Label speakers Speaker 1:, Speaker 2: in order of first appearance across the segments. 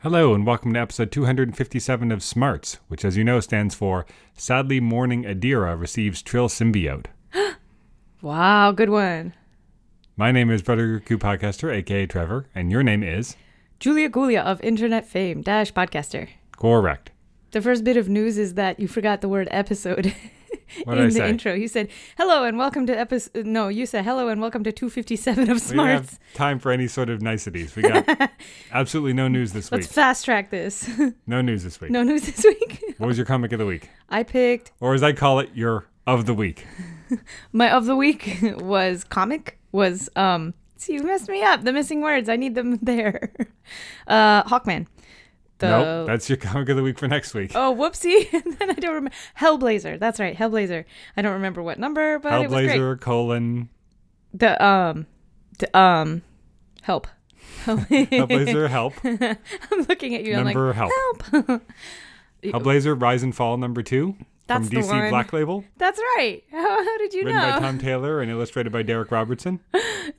Speaker 1: Hello, and welcome to episode 257 of SMARTS, which, as you know, stands for Sadly Mourning Adira Receives Trill Symbiote.
Speaker 2: Wow, good one.
Speaker 1: My name is Brother Q Podcaster, aka Trevor, and your name is
Speaker 2: Julia Gulia of internet fame dash podcaster.
Speaker 1: Correct.
Speaker 2: The first bit of news is that you forgot the word episode
Speaker 1: What
Speaker 2: in
Speaker 1: did I
Speaker 2: the
Speaker 1: say?
Speaker 2: intro. You said hello and welcome to episode. No, you said hello and welcome to 257 of
Speaker 1: We don't
Speaker 2: Smarts.
Speaker 1: have time for any sort of niceties. We got absolutely no news this week.
Speaker 2: Let's fast track this.
Speaker 1: No news this week.
Speaker 2: no news this week.
Speaker 1: What was your comic of the week?
Speaker 2: I picked
Speaker 1: Or as I call it, your of the week.
Speaker 2: my of the week was comic was um. See, you messed me up. The missing words. I need them there. Uh, Hawkman. The
Speaker 1: Nope, that's your comic of the week for next week.
Speaker 2: Oh, whoopsie. and then I don't remember. Hellblazer. That's right. Hellblazer. I don't remember what number, but it was great.
Speaker 1: Hellblazer, colon,
Speaker 2: The, um, the, um, help.
Speaker 1: Hellblazer, help,
Speaker 2: I'm looking at you. I'm like,
Speaker 1: number help.
Speaker 2: help.
Speaker 1: Hellblazer, Rise and Fall, number two.
Speaker 2: That's
Speaker 1: from
Speaker 2: the
Speaker 1: DC
Speaker 2: one.
Speaker 1: Black Label.
Speaker 2: That's right. How, how did you
Speaker 1: written by
Speaker 2: know?
Speaker 1: Tom Taylor and illustrated by Derek Robertson.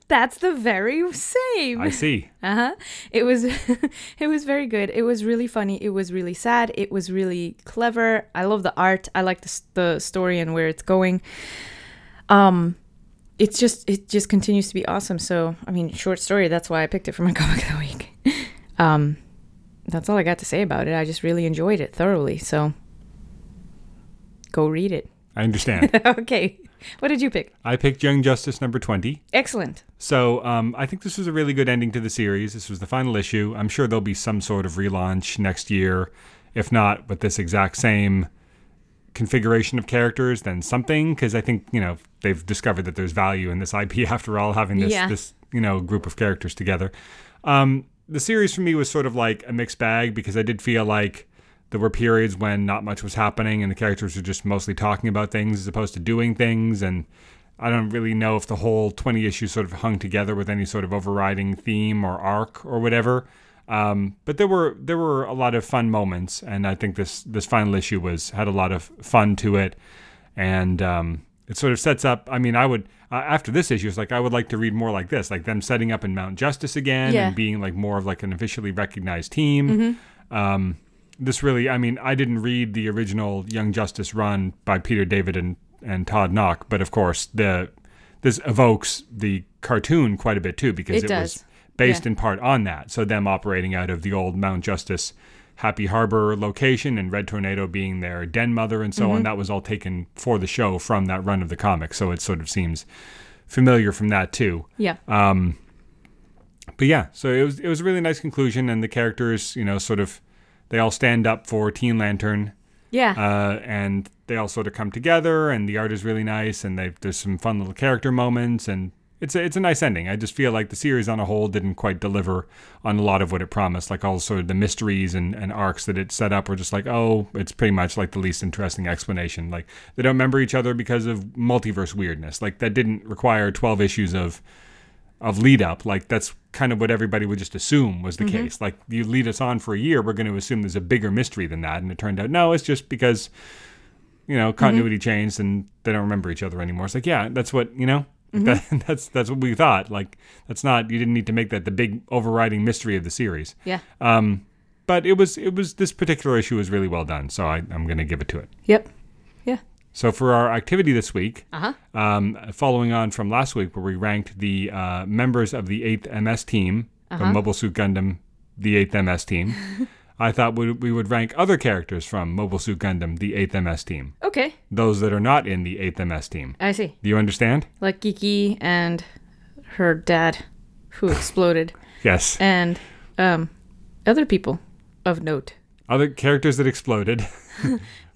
Speaker 2: That's the very same.
Speaker 1: I see.
Speaker 2: Uh-huh. It was it was very good. It was really funny. It was really sad. It was really clever. I love the art. I like the s- the story and where it's going. Um it's just it just continues to be awesome. So, I mean, short story, that's why I picked it for my comic of the week. Um that's all I got to say about it. I just really enjoyed it thoroughly. So, go read it.
Speaker 1: I understand.
Speaker 2: okay. What did you pick?
Speaker 1: I picked Young Justice number 20.
Speaker 2: Excellent.
Speaker 1: So um, I think this was a really good ending to the series. This was the final issue. I'm sure there'll be some sort of relaunch next year. If not with this exact same configuration of characters, then something. Because I think, you know, they've discovered that there's value in this IP after all, having this,
Speaker 2: Yeah.
Speaker 1: this you know, group of characters together. Um, the series for me was sort of like a mixed bag because I did feel like there were periods when not much was happening and the characters were just mostly talking about things as opposed to doing things. And I don't really know if the whole 20 issues sort of hung together with any sort of overriding theme or arc or whatever. Um, but there were there were a lot of fun moments, and I think this this final issue was had a lot of fun to it and um, it sort of sets up. I mean, I would uh, after this issue, it's like I would like to read more like this, like them setting up in Mount Justice again
Speaker 2: Yeah.
Speaker 1: and being like more of like an officially recognized team.
Speaker 2: Mm-hmm.
Speaker 1: Um, this really, I mean, I didn't read the original Young Justice run by Peter David and and Todd Knock, but of course the this evokes the cartoon quite a bit too because
Speaker 2: It
Speaker 1: it, was
Speaker 2: does.
Speaker 1: based
Speaker 2: Yeah.
Speaker 1: in part on that. So them operating out of the old Mount Justice Happy Harbor location and Red Tornado being their den mother and
Speaker 2: Mm-hmm.
Speaker 1: so on. That was all taken for the show from that run of the comic. So it sort of seems familiar from that too.
Speaker 2: Yeah.
Speaker 1: But yeah, so it was it was a really nice conclusion and the characters, you know, sort of they all stand up for Teen Lantern
Speaker 2: yeah.
Speaker 1: uh, and they all sort of come together, and the art is really nice, and they, there's some fun little character moments, and it's a, it's a nice ending. I just feel like the series on a whole didn't quite deliver on a lot of what it promised, like all sort of the mysteries and, and arcs that it set up were just like, oh, it's pretty much like the least interesting explanation. Like they don't remember each other because of multiverse weirdness. Like that didn't require 12 issues of of lead up. Like that's kind of what everybody would just assume was the case. Like you lead us on for a year, we're going to assume there's a bigger mystery than that. And it turned out no, it's just because you know continuity changed and they don't remember each other anymore. It's like yeah, that's what you know. Like, that- that's that's what we thought. Like that's not you didn't need to make that the big overriding mystery of the series.
Speaker 2: yeah.
Speaker 1: But it was it was this particular issue was really well done. So I, I'm going to give it to it.
Speaker 2: Yep. Yeah.
Speaker 1: So for our activity this week,
Speaker 2: uh, Uh-huh.
Speaker 1: um, following on from last week where we ranked the uh, members of the 8th MS team from
Speaker 2: Uh-huh.
Speaker 1: Mobile Suit Gundam, the 8th MS team, I thought we, we would rank other characters from Mobile Suit Gundam, the 8th MS team,
Speaker 2: Okay.
Speaker 1: those that are not in the 8th MS team.
Speaker 2: I see.
Speaker 1: Do you understand?
Speaker 2: like Geeky and her dad, who exploded,
Speaker 1: Yes.
Speaker 2: and um, other people of note.
Speaker 1: Other characters that exploded.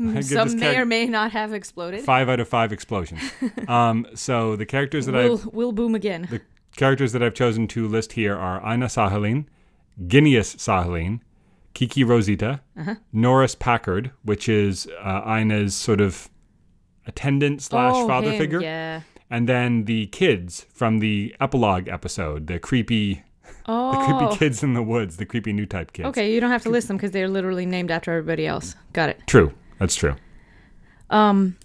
Speaker 1: I give this
Speaker 2: Some may
Speaker 1: charac-
Speaker 2: or may not have exploded.
Speaker 1: Five out of five explosions. um, so the characters that
Speaker 2: Will
Speaker 1: I've
Speaker 2: will boom again.
Speaker 1: the characters that I've chosen to list here are Ina Sahalin, Guineas Sahalin, Kiki Rosita,
Speaker 2: Uh-huh.
Speaker 1: Norris Packard, which is uh, Ina's sort of attendant slash
Speaker 2: Oh,
Speaker 1: father
Speaker 2: him,
Speaker 1: figure,
Speaker 2: Yeah.
Speaker 1: and then the kids from the epilogue episode, the creepy, the
Speaker 2: Oh.
Speaker 1: creepy kids in the woods, the creepy new type kids.
Speaker 2: Okay, you don't have to list them because they're literally named after everybody else. Got it.
Speaker 1: True. That's true.
Speaker 2: Um,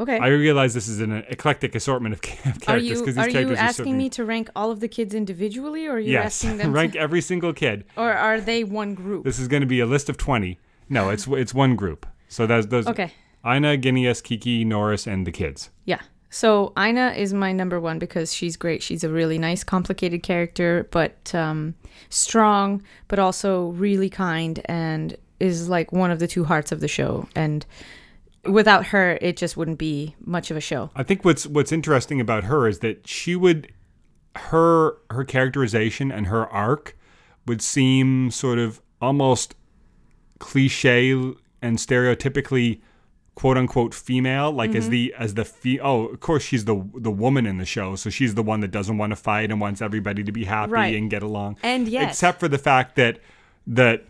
Speaker 2: Okay.
Speaker 1: I realize this is an eclectic assortment of, ca- of
Speaker 2: are
Speaker 1: characters
Speaker 2: you
Speaker 1: because these
Speaker 2: are
Speaker 1: characters
Speaker 2: you
Speaker 1: are
Speaker 2: asking
Speaker 1: certainly-
Speaker 2: me to rank all of the kids individually, or are you
Speaker 1: yes,
Speaker 2: asking them,
Speaker 1: rank every single kid.
Speaker 2: to, or are they one group?
Speaker 1: This is going to be a list of twenty. No, it's it's one group. So that's those.
Speaker 2: Okay.
Speaker 1: Ina, Guineas, Kiki, Norris, and the kids.
Speaker 2: Yeah. So Ina is my number one because she's great. She's a really nice, complicated character, but um, strong, but also really kind, and is like one of the two hearts of the show. And without her, it just wouldn't be much of a show.
Speaker 1: I think what's what's interesting about her is that she would her her characterization and her arc would seem sort of almost cliche and stereotypically quote unquote female like as
Speaker 2: Mm-hmm.
Speaker 1: the as the fe- oh of course she's the the woman in the show so she's the one that doesn't want to fight and wants everybody to be happy
Speaker 2: Right.
Speaker 1: and get along
Speaker 2: And yet-
Speaker 1: except for the fact that that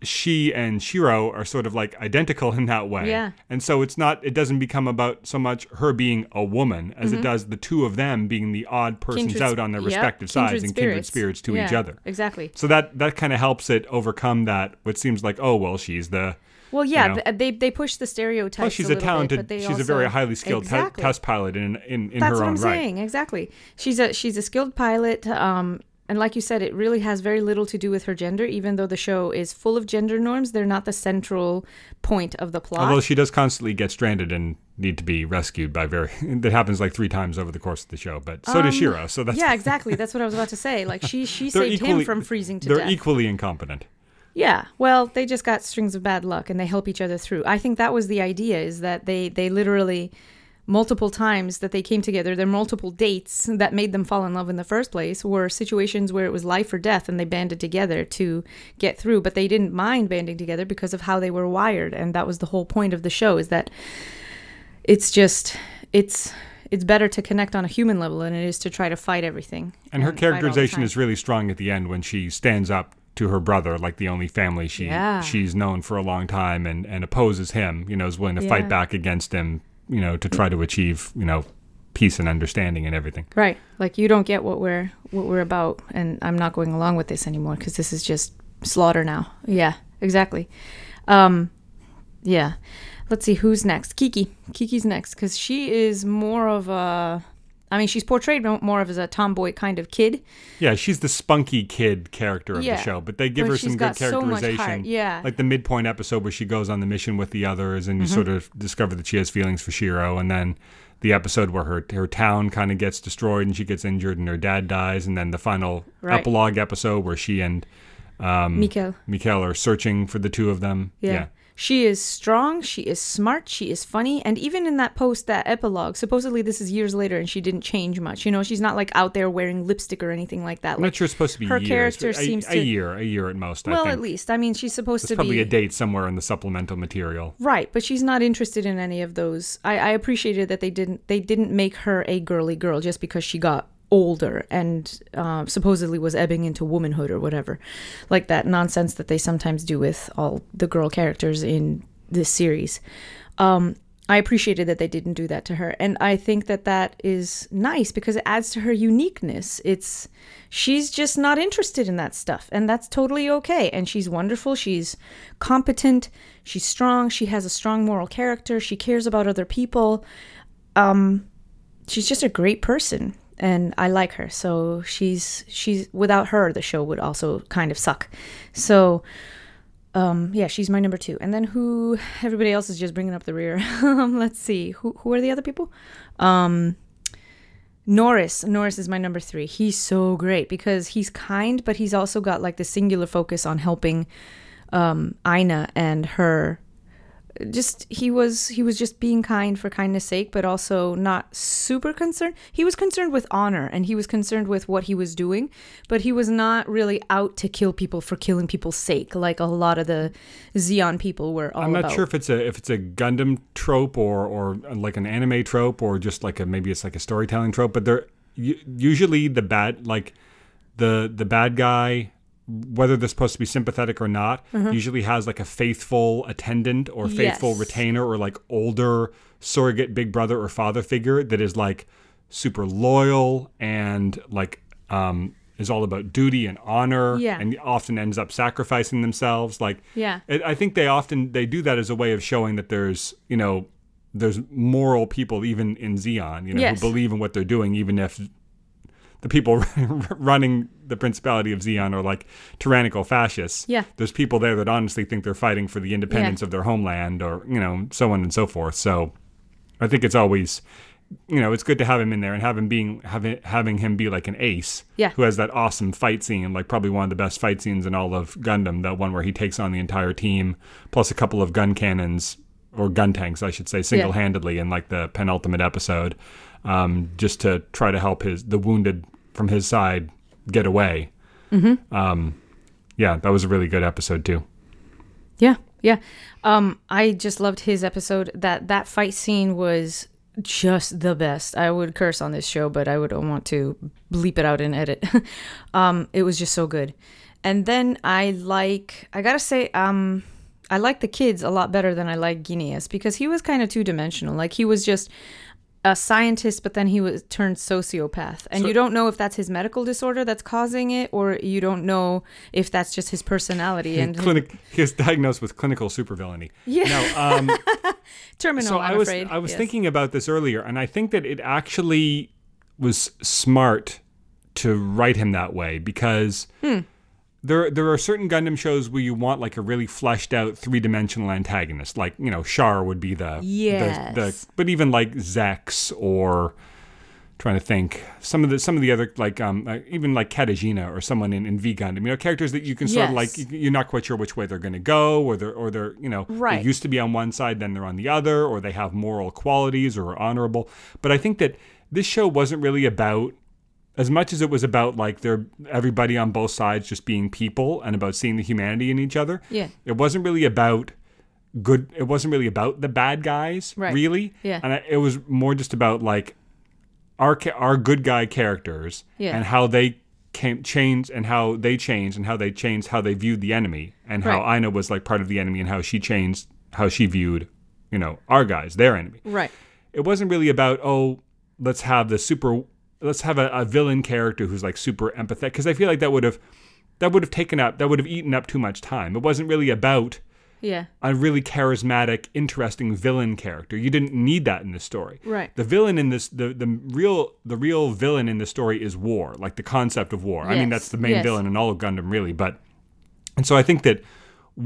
Speaker 1: she and Shiro are sort of like identical in that way
Speaker 2: Yeah.
Speaker 1: and so it's not it doesn't become about so much her being a woman as it does the two of them being the odd persons
Speaker 2: Mm-hmm. Kindred-
Speaker 1: out on their
Speaker 2: yep,
Speaker 1: respective sides and kindred spirits to each
Speaker 2: Yeah,
Speaker 1: other.
Speaker 2: Exactly.
Speaker 1: So that that kind of helps it overcome that what seems like oh well she's the
Speaker 2: Well, yeah,
Speaker 1: You know.
Speaker 2: th- they they push the stereotypes.
Speaker 1: oh she's
Speaker 2: a,
Speaker 1: a,
Speaker 2: little bit,
Speaker 1: talented
Speaker 2: but they
Speaker 1: she's
Speaker 2: also,
Speaker 1: a very highly skilled te-
Speaker 2: exactly.
Speaker 1: test pilot in in, in
Speaker 2: That's
Speaker 1: her
Speaker 2: what
Speaker 1: own
Speaker 2: I'm
Speaker 1: right.
Speaker 2: saying. Exactly. She's a she's a skilled pilot. Um, and like you said, it really has very little to do with her gender. Even though the show is full of gender norms, they're not the central point of the plot.
Speaker 1: Although she does constantly get stranded and need to be rescued by very that happens like three times over the course of the show. But so
Speaker 2: Um,
Speaker 1: does Shiro. So that's
Speaker 2: yeah, exactly. That's what I was about to say. Like she she
Speaker 1: they're
Speaker 2: saved him
Speaker 1: equally-
Speaker 2: from freezing to
Speaker 1: They're
Speaker 2: death.
Speaker 1: equally incompetent.
Speaker 2: Yeah. Well, they just got strings of bad luck and they help each other through. I think that was the idea is that they they literally multiple times that they came together, their multiple dates that made them fall in love in the first place were situations where it was life or death and they banded together to get through, but they didn't mind banding together because of how they were wired and that was the whole point of the show is that it's just it's it's better to connect on a human level than it is to try to fight everything.
Speaker 1: And her
Speaker 2: fight all the
Speaker 1: characterization
Speaker 2: time.
Speaker 1: is really strong at the end when she stands up to her brother, like the only family she
Speaker 2: Yeah.
Speaker 1: she's known for a long time, and and opposes him. You know, is willing to fight
Speaker 2: Yeah.
Speaker 1: back against him. You know, to try to achieve you know peace and understanding and everything.
Speaker 2: Right. Like you don't get what we're what we're about and I'm not going along with this anymore cuz this is just slaughter now. Yeah, exactly. Um yeah. Let's see who's next. Kiki. Kiki's next cuz she is more of a I mean, she's portrayed mo- more of as a tomboy kind of kid.
Speaker 1: Yeah, she's the spunky kid character of
Speaker 2: Yeah.
Speaker 1: the show, but they give
Speaker 2: But
Speaker 1: her
Speaker 2: she's
Speaker 1: some good
Speaker 2: got so much heart,
Speaker 1: characterization.
Speaker 2: yeah. Mm-hmm.
Speaker 1: Like the midpoint episode where she goes on the mission with the others and you sort of discover that she has feelings for Shiro and then the episode where her her town kind of gets destroyed and she gets injured and her dad dies and then the final
Speaker 2: Right.
Speaker 1: epilogue episode where she and Mm.
Speaker 2: Mikael.
Speaker 1: Mikael are searching for the two of them.
Speaker 2: Yeah. She is strong, she is smart, she is funny, and even in that post, that epilogue, supposedly this is years later and she didn't change much. You know, she's not like out there wearing lipstick or anything like that.
Speaker 1: I'm
Speaker 2: Like,
Speaker 1: not sure it's supposed to be
Speaker 2: her
Speaker 1: years,
Speaker 2: character
Speaker 1: but a,
Speaker 2: seems
Speaker 1: a
Speaker 2: to-
Speaker 1: year, a year at most, I
Speaker 2: well,
Speaker 1: think.
Speaker 2: at least. I mean, she's supposed
Speaker 1: It's
Speaker 2: to
Speaker 1: probably
Speaker 2: be
Speaker 1: a date somewhere in the supplemental material.
Speaker 2: Right, but she's not interested in any of those. I, I appreciated that they didn't they didn't make her a girly girl just because she got older and uh, supposedly was ebbing into womanhood or whatever, like that nonsense that they sometimes do with all the girl characters in this series. Um, I appreciated that they didn't do that to her, and I think that that is nice because it adds to her uniqueness. It's she's just not interested in that stuff, and that's totally okay. And she's wonderful. She's competent. She's strong. She has a strong moral character. She cares about other people. Um, she's just a great person, and I like her. So she's she's without her, the show would also kind of suck. So Um, yeah, she's my number two. And then who? Everybody else is just bringing up the rear. um, let's see. Who who are the other people? Um, Norris. Norris is my number three. He's so great because he's kind, but he's also got like the singular focus on helping um, Ina and her. Just he was he was just being kind for kindness sake, but also not super concerned. He was concerned with honor and he was concerned with what he was doing, but he was not really out to kill people for killing people's sake, like a lot of the Xeon people were all
Speaker 1: I'm not
Speaker 2: about.
Speaker 1: sure if it's a if it's a Gundam trope or or like an anime trope or just like a maybe it's like a storytelling trope, but they're u- usually the bad like the the bad guy whether they're supposed to be sympathetic or not usually has like a faithful attendant or faithful
Speaker 2: Mm-hmm. Yes.
Speaker 1: retainer or like older surrogate big brother or father figure that is like super loyal and like um is all about duty and honor
Speaker 2: Yeah.
Speaker 1: and often ends up sacrificing themselves like
Speaker 2: Yeah.
Speaker 1: I I think they often they do that as a way of showing that there's you know there's moral people even in Xeon, you know,
Speaker 2: Yes.
Speaker 1: who believe in what they're doing, even if the people running the principality of Xeon are like tyrannical fascists.
Speaker 2: Yeah.
Speaker 1: There's people there that honestly think they're fighting for the independence of their homeland or, you know, so on and so forth. So I think it's always you know, it's good to have him in there and have him being having having him be like an ace
Speaker 2: Yeah.
Speaker 1: who has that awesome fight scene, like probably one of the best fight scenes in all of Gundam, that one where he takes on the entire team plus a couple of gun cannons or gun tanks, I should say, single-handedly in like the penultimate episode, um, just to try to help his the wounded from his side get away. Mm-hmm. Um, yeah, that was a really good episode too.
Speaker 2: Yeah, yeah. Um, I just loved his episode. That that fight scene was just the best. I would curse on this show, but I would want to bleep it out and edit. um, it was just so good. And then I like I gotta say, um, I like the kids a lot better than I like Guineas because he was kind of two dimensional. Like he was just a scientist, but then he was turned sociopath. And you don't know if that's his medical disorder that's causing it, or you don't know if that's just his personality and his
Speaker 1: Clinic. He was diagnosed with clinical supervillainy.
Speaker 2: Yeah.
Speaker 1: No, um,
Speaker 2: terminal.
Speaker 1: so
Speaker 2: I'm
Speaker 1: I was
Speaker 2: afraid.
Speaker 1: I was
Speaker 2: Yes.
Speaker 1: thinking about this earlier, and I think that it actually was smart to write him that way because
Speaker 2: Hmm.
Speaker 1: there there are certain Gundam shows where you want like a really fleshed out three dimensional antagonist, like you know Char would be the the-
Speaker 2: Yes.
Speaker 1: the, but even like Zex or trying to think some of the some of the other like um uh, even like Katagina or someone in, in V Gundam, you know characters that you can sort of like
Speaker 2: Yes.
Speaker 1: you- you're not quite sure which way they're going to go or they're or they're you know
Speaker 2: Right.
Speaker 1: they used to be on one side then they're on the other or they have moral qualities or are honorable. But I think that this show wasn't really about as much as it was about like their everybody on both sides just being people and about seeing the humanity in each other.
Speaker 2: Yeah.
Speaker 1: It wasn't really about good it wasn't really about the bad guys
Speaker 2: Right.
Speaker 1: really.
Speaker 2: Yeah.
Speaker 1: And I, it was more just about like our ca- our good guy characters
Speaker 2: Yeah.
Speaker 1: and how they came changed and how they changed and how they changed how they viewed the enemy and how
Speaker 2: Right.
Speaker 1: Ina was like part of the enemy and how she changed how she viewed, you know, our guys, their enemy
Speaker 2: Right.
Speaker 1: it wasn't really about oh let's have the super let's have a, a villain character who's like super empathetic because i feel like that would have that would have taken up that would have eaten up too much time it wasn't really about
Speaker 2: Yeah.
Speaker 1: a really charismatic interesting villain character you didn't need that in this story
Speaker 2: Right.
Speaker 1: the villain in this the, the real the real villain in the story is war like the concept of war i mean
Speaker 2: Yes,
Speaker 1: that's the main
Speaker 2: yes.
Speaker 1: villain in all of gundam really but and so i think that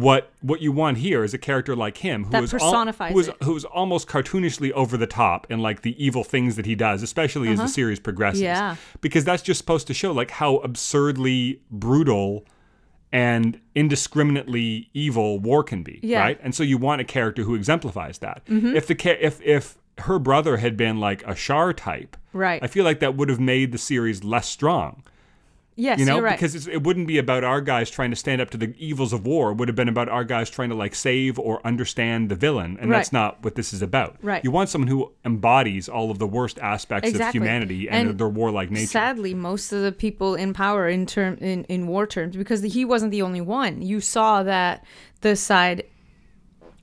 Speaker 1: what what you want here is a character like him who
Speaker 2: That
Speaker 1: is
Speaker 2: personifies
Speaker 1: al- who is
Speaker 2: it.
Speaker 1: who is almost cartoonishly over the top in like the evil things that he does, especially as the series progresses.
Speaker 2: Uh-huh. Yeah.
Speaker 1: Because that's just supposed to show like how absurdly brutal and indiscriminately evil war can be,
Speaker 2: Yeah. Mm-hmm.
Speaker 1: right? And so you want a character who exemplifies that. If the ca- if if her brother had been like a Char type,
Speaker 2: Right.
Speaker 1: I feel like that would have made the series less strong.
Speaker 2: Yes,
Speaker 1: You know,
Speaker 2: are right.
Speaker 1: because it's, it wouldn't be about our guys trying to stand up to the evils of war. It would have been about our guys trying to like save or understand the villain, and that's
Speaker 2: Right.
Speaker 1: not what this is about.
Speaker 2: Right.
Speaker 1: You want someone who embodies all of the worst aspects
Speaker 2: Exactly.
Speaker 1: of humanity and,
Speaker 2: And
Speaker 1: their warlike nature.
Speaker 2: Sadly, most of the people in power in term in, in war terms, because he wasn't the only one. You saw that the side,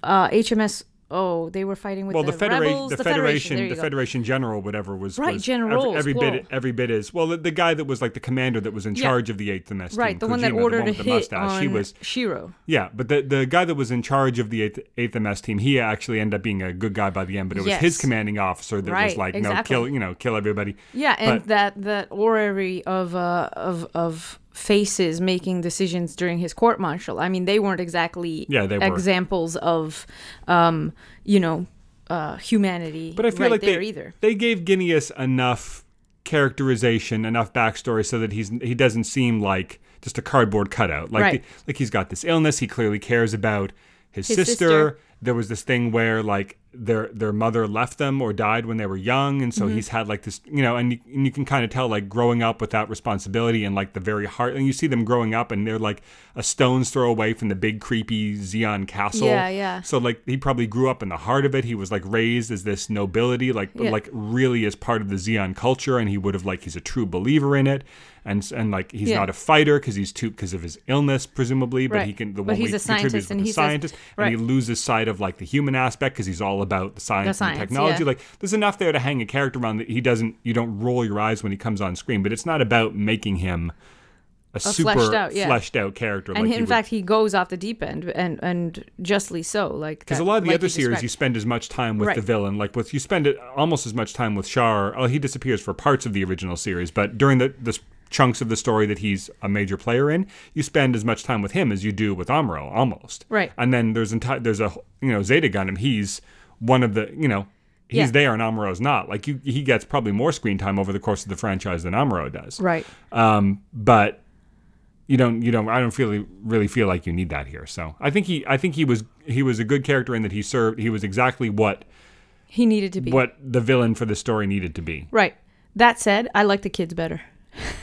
Speaker 2: uh, HMS. Oh, they were fighting with
Speaker 1: well,
Speaker 2: the,
Speaker 1: the, federa-
Speaker 2: rebels.
Speaker 1: the, federation,
Speaker 2: federation, there you
Speaker 1: the
Speaker 2: go.
Speaker 1: federation general, whatever was
Speaker 2: Right,
Speaker 1: was
Speaker 2: generals,
Speaker 1: Every, every
Speaker 2: whoa.
Speaker 1: bit, every bit is well, the, the guy that was like the commander that was in
Speaker 2: Yeah.
Speaker 1: charge of the eighth MS
Speaker 2: right,
Speaker 1: team,
Speaker 2: the one that
Speaker 1: Kojima, the
Speaker 2: ordered
Speaker 1: one
Speaker 2: a
Speaker 1: with the
Speaker 2: hit
Speaker 1: mustache.
Speaker 2: on
Speaker 1: He was
Speaker 2: Shiro.
Speaker 1: Yeah, but the the guy that was in charge of the eighth, eighth MS team, he actually ended up being a good guy by the end. But it was
Speaker 2: Yes.
Speaker 1: his commanding officer that was
Speaker 2: Right,
Speaker 1: like, no,
Speaker 2: exactly.
Speaker 1: kill, you know, kill everybody.
Speaker 2: Yeah, and
Speaker 1: But-
Speaker 2: that that orrery of uh, of of faces making decisions during his court martial. I mean, they weren't exactly
Speaker 1: Yeah, they were.
Speaker 2: examples of um, you know uh, humanity.
Speaker 1: But I feel
Speaker 2: right
Speaker 1: like
Speaker 2: there
Speaker 1: they
Speaker 2: either.
Speaker 1: they gave Guineas enough characterization, enough backstory, so that he's he doesn't seem like just a cardboard cutout. Like
Speaker 2: Right.
Speaker 1: the- like he's got this illness. He clearly cares about his,
Speaker 2: His
Speaker 1: sister.
Speaker 2: sister.
Speaker 1: There was this thing where like their their mother left them or died when they were young, and so
Speaker 2: Mm-hmm.
Speaker 1: he's had like this you know, and you, and you can kind of tell like growing up without responsibility and like the very heart. And you see them growing up, and they're like a stone's throw away from the big creepy Xeon castle.
Speaker 2: Yeah, yeah.
Speaker 1: So like he probably grew up in the heart of it. He was like raised as this nobility, like
Speaker 2: Yeah.
Speaker 1: like really as part of the Xeon culture, and he would have like he's a true believer in it, and s- and like he's
Speaker 2: Yeah.
Speaker 1: not a fighter because he's too because of his illness presumably, but
Speaker 2: Right.
Speaker 1: he can the
Speaker 2: But
Speaker 1: one
Speaker 2: he's
Speaker 1: we
Speaker 2: a
Speaker 1: contributes
Speaker 2: scientist,
Speaker 1: with
Speaker 2: and
Speaker 1: the
Speaker 2: he says-
Speaker 1: scientist, and he
Speaker 2: right.
Speaker 1: loses sight of like the human aspect because he's all about the science,
Speaker 2: science,
Speaker 1: and technology.
Speaker 2: yeah.
Speaker 1: Like there's enough there to hang a character around that he doesn't you don't roll your eyes when he comes on screen, but it's not about making him a
Speaker 2: fleshed
Speaker 1: super fleshed out,
Speaker 2: out, yeah.
Speaker 1: character.
Speaker 2: and
Speaker 1: like
Speaker 2: he- in fact, he goes off the deep end, and and justly so. Like
Speaker 1: because
Speaker 2: that-
Speaker 1: a lot of the
Speaker 2: like
Speaker 1: other
Speaker 2: you
Speaker 1: series,
Speaker 2: described.
Speaker 1: you spend as much time with the
Speaker 2: Right.
Speaker 1: villain. Like with you spend it almost as much time with Shar. Oh, he disappears for parts of the original series, but during the the s- chunks of the story that he's a major player in, you spend as much time with him as you do with Amuro, almost.
Speaker 2: Right.
Speaker 1: And then there's enti- there's a you know Zeta Gundam. He's one of the you know. He's
Speaker 2: Yeah.
Speaker 1: there and Amuro's not. Like you, he gets probably more screen time over the course of the franchise than Amuro does.
Speaker 2: right.
Speaker 1: Um, but you don't you don't I don't feel really feel like you need that here. So I think he I think he was he was a good character in that he served he was exactly what
Speaker 2: He needed to be
Speaker 1: what the villain for the story needed to be.
Speaker 2: right. That said, I like the kids better.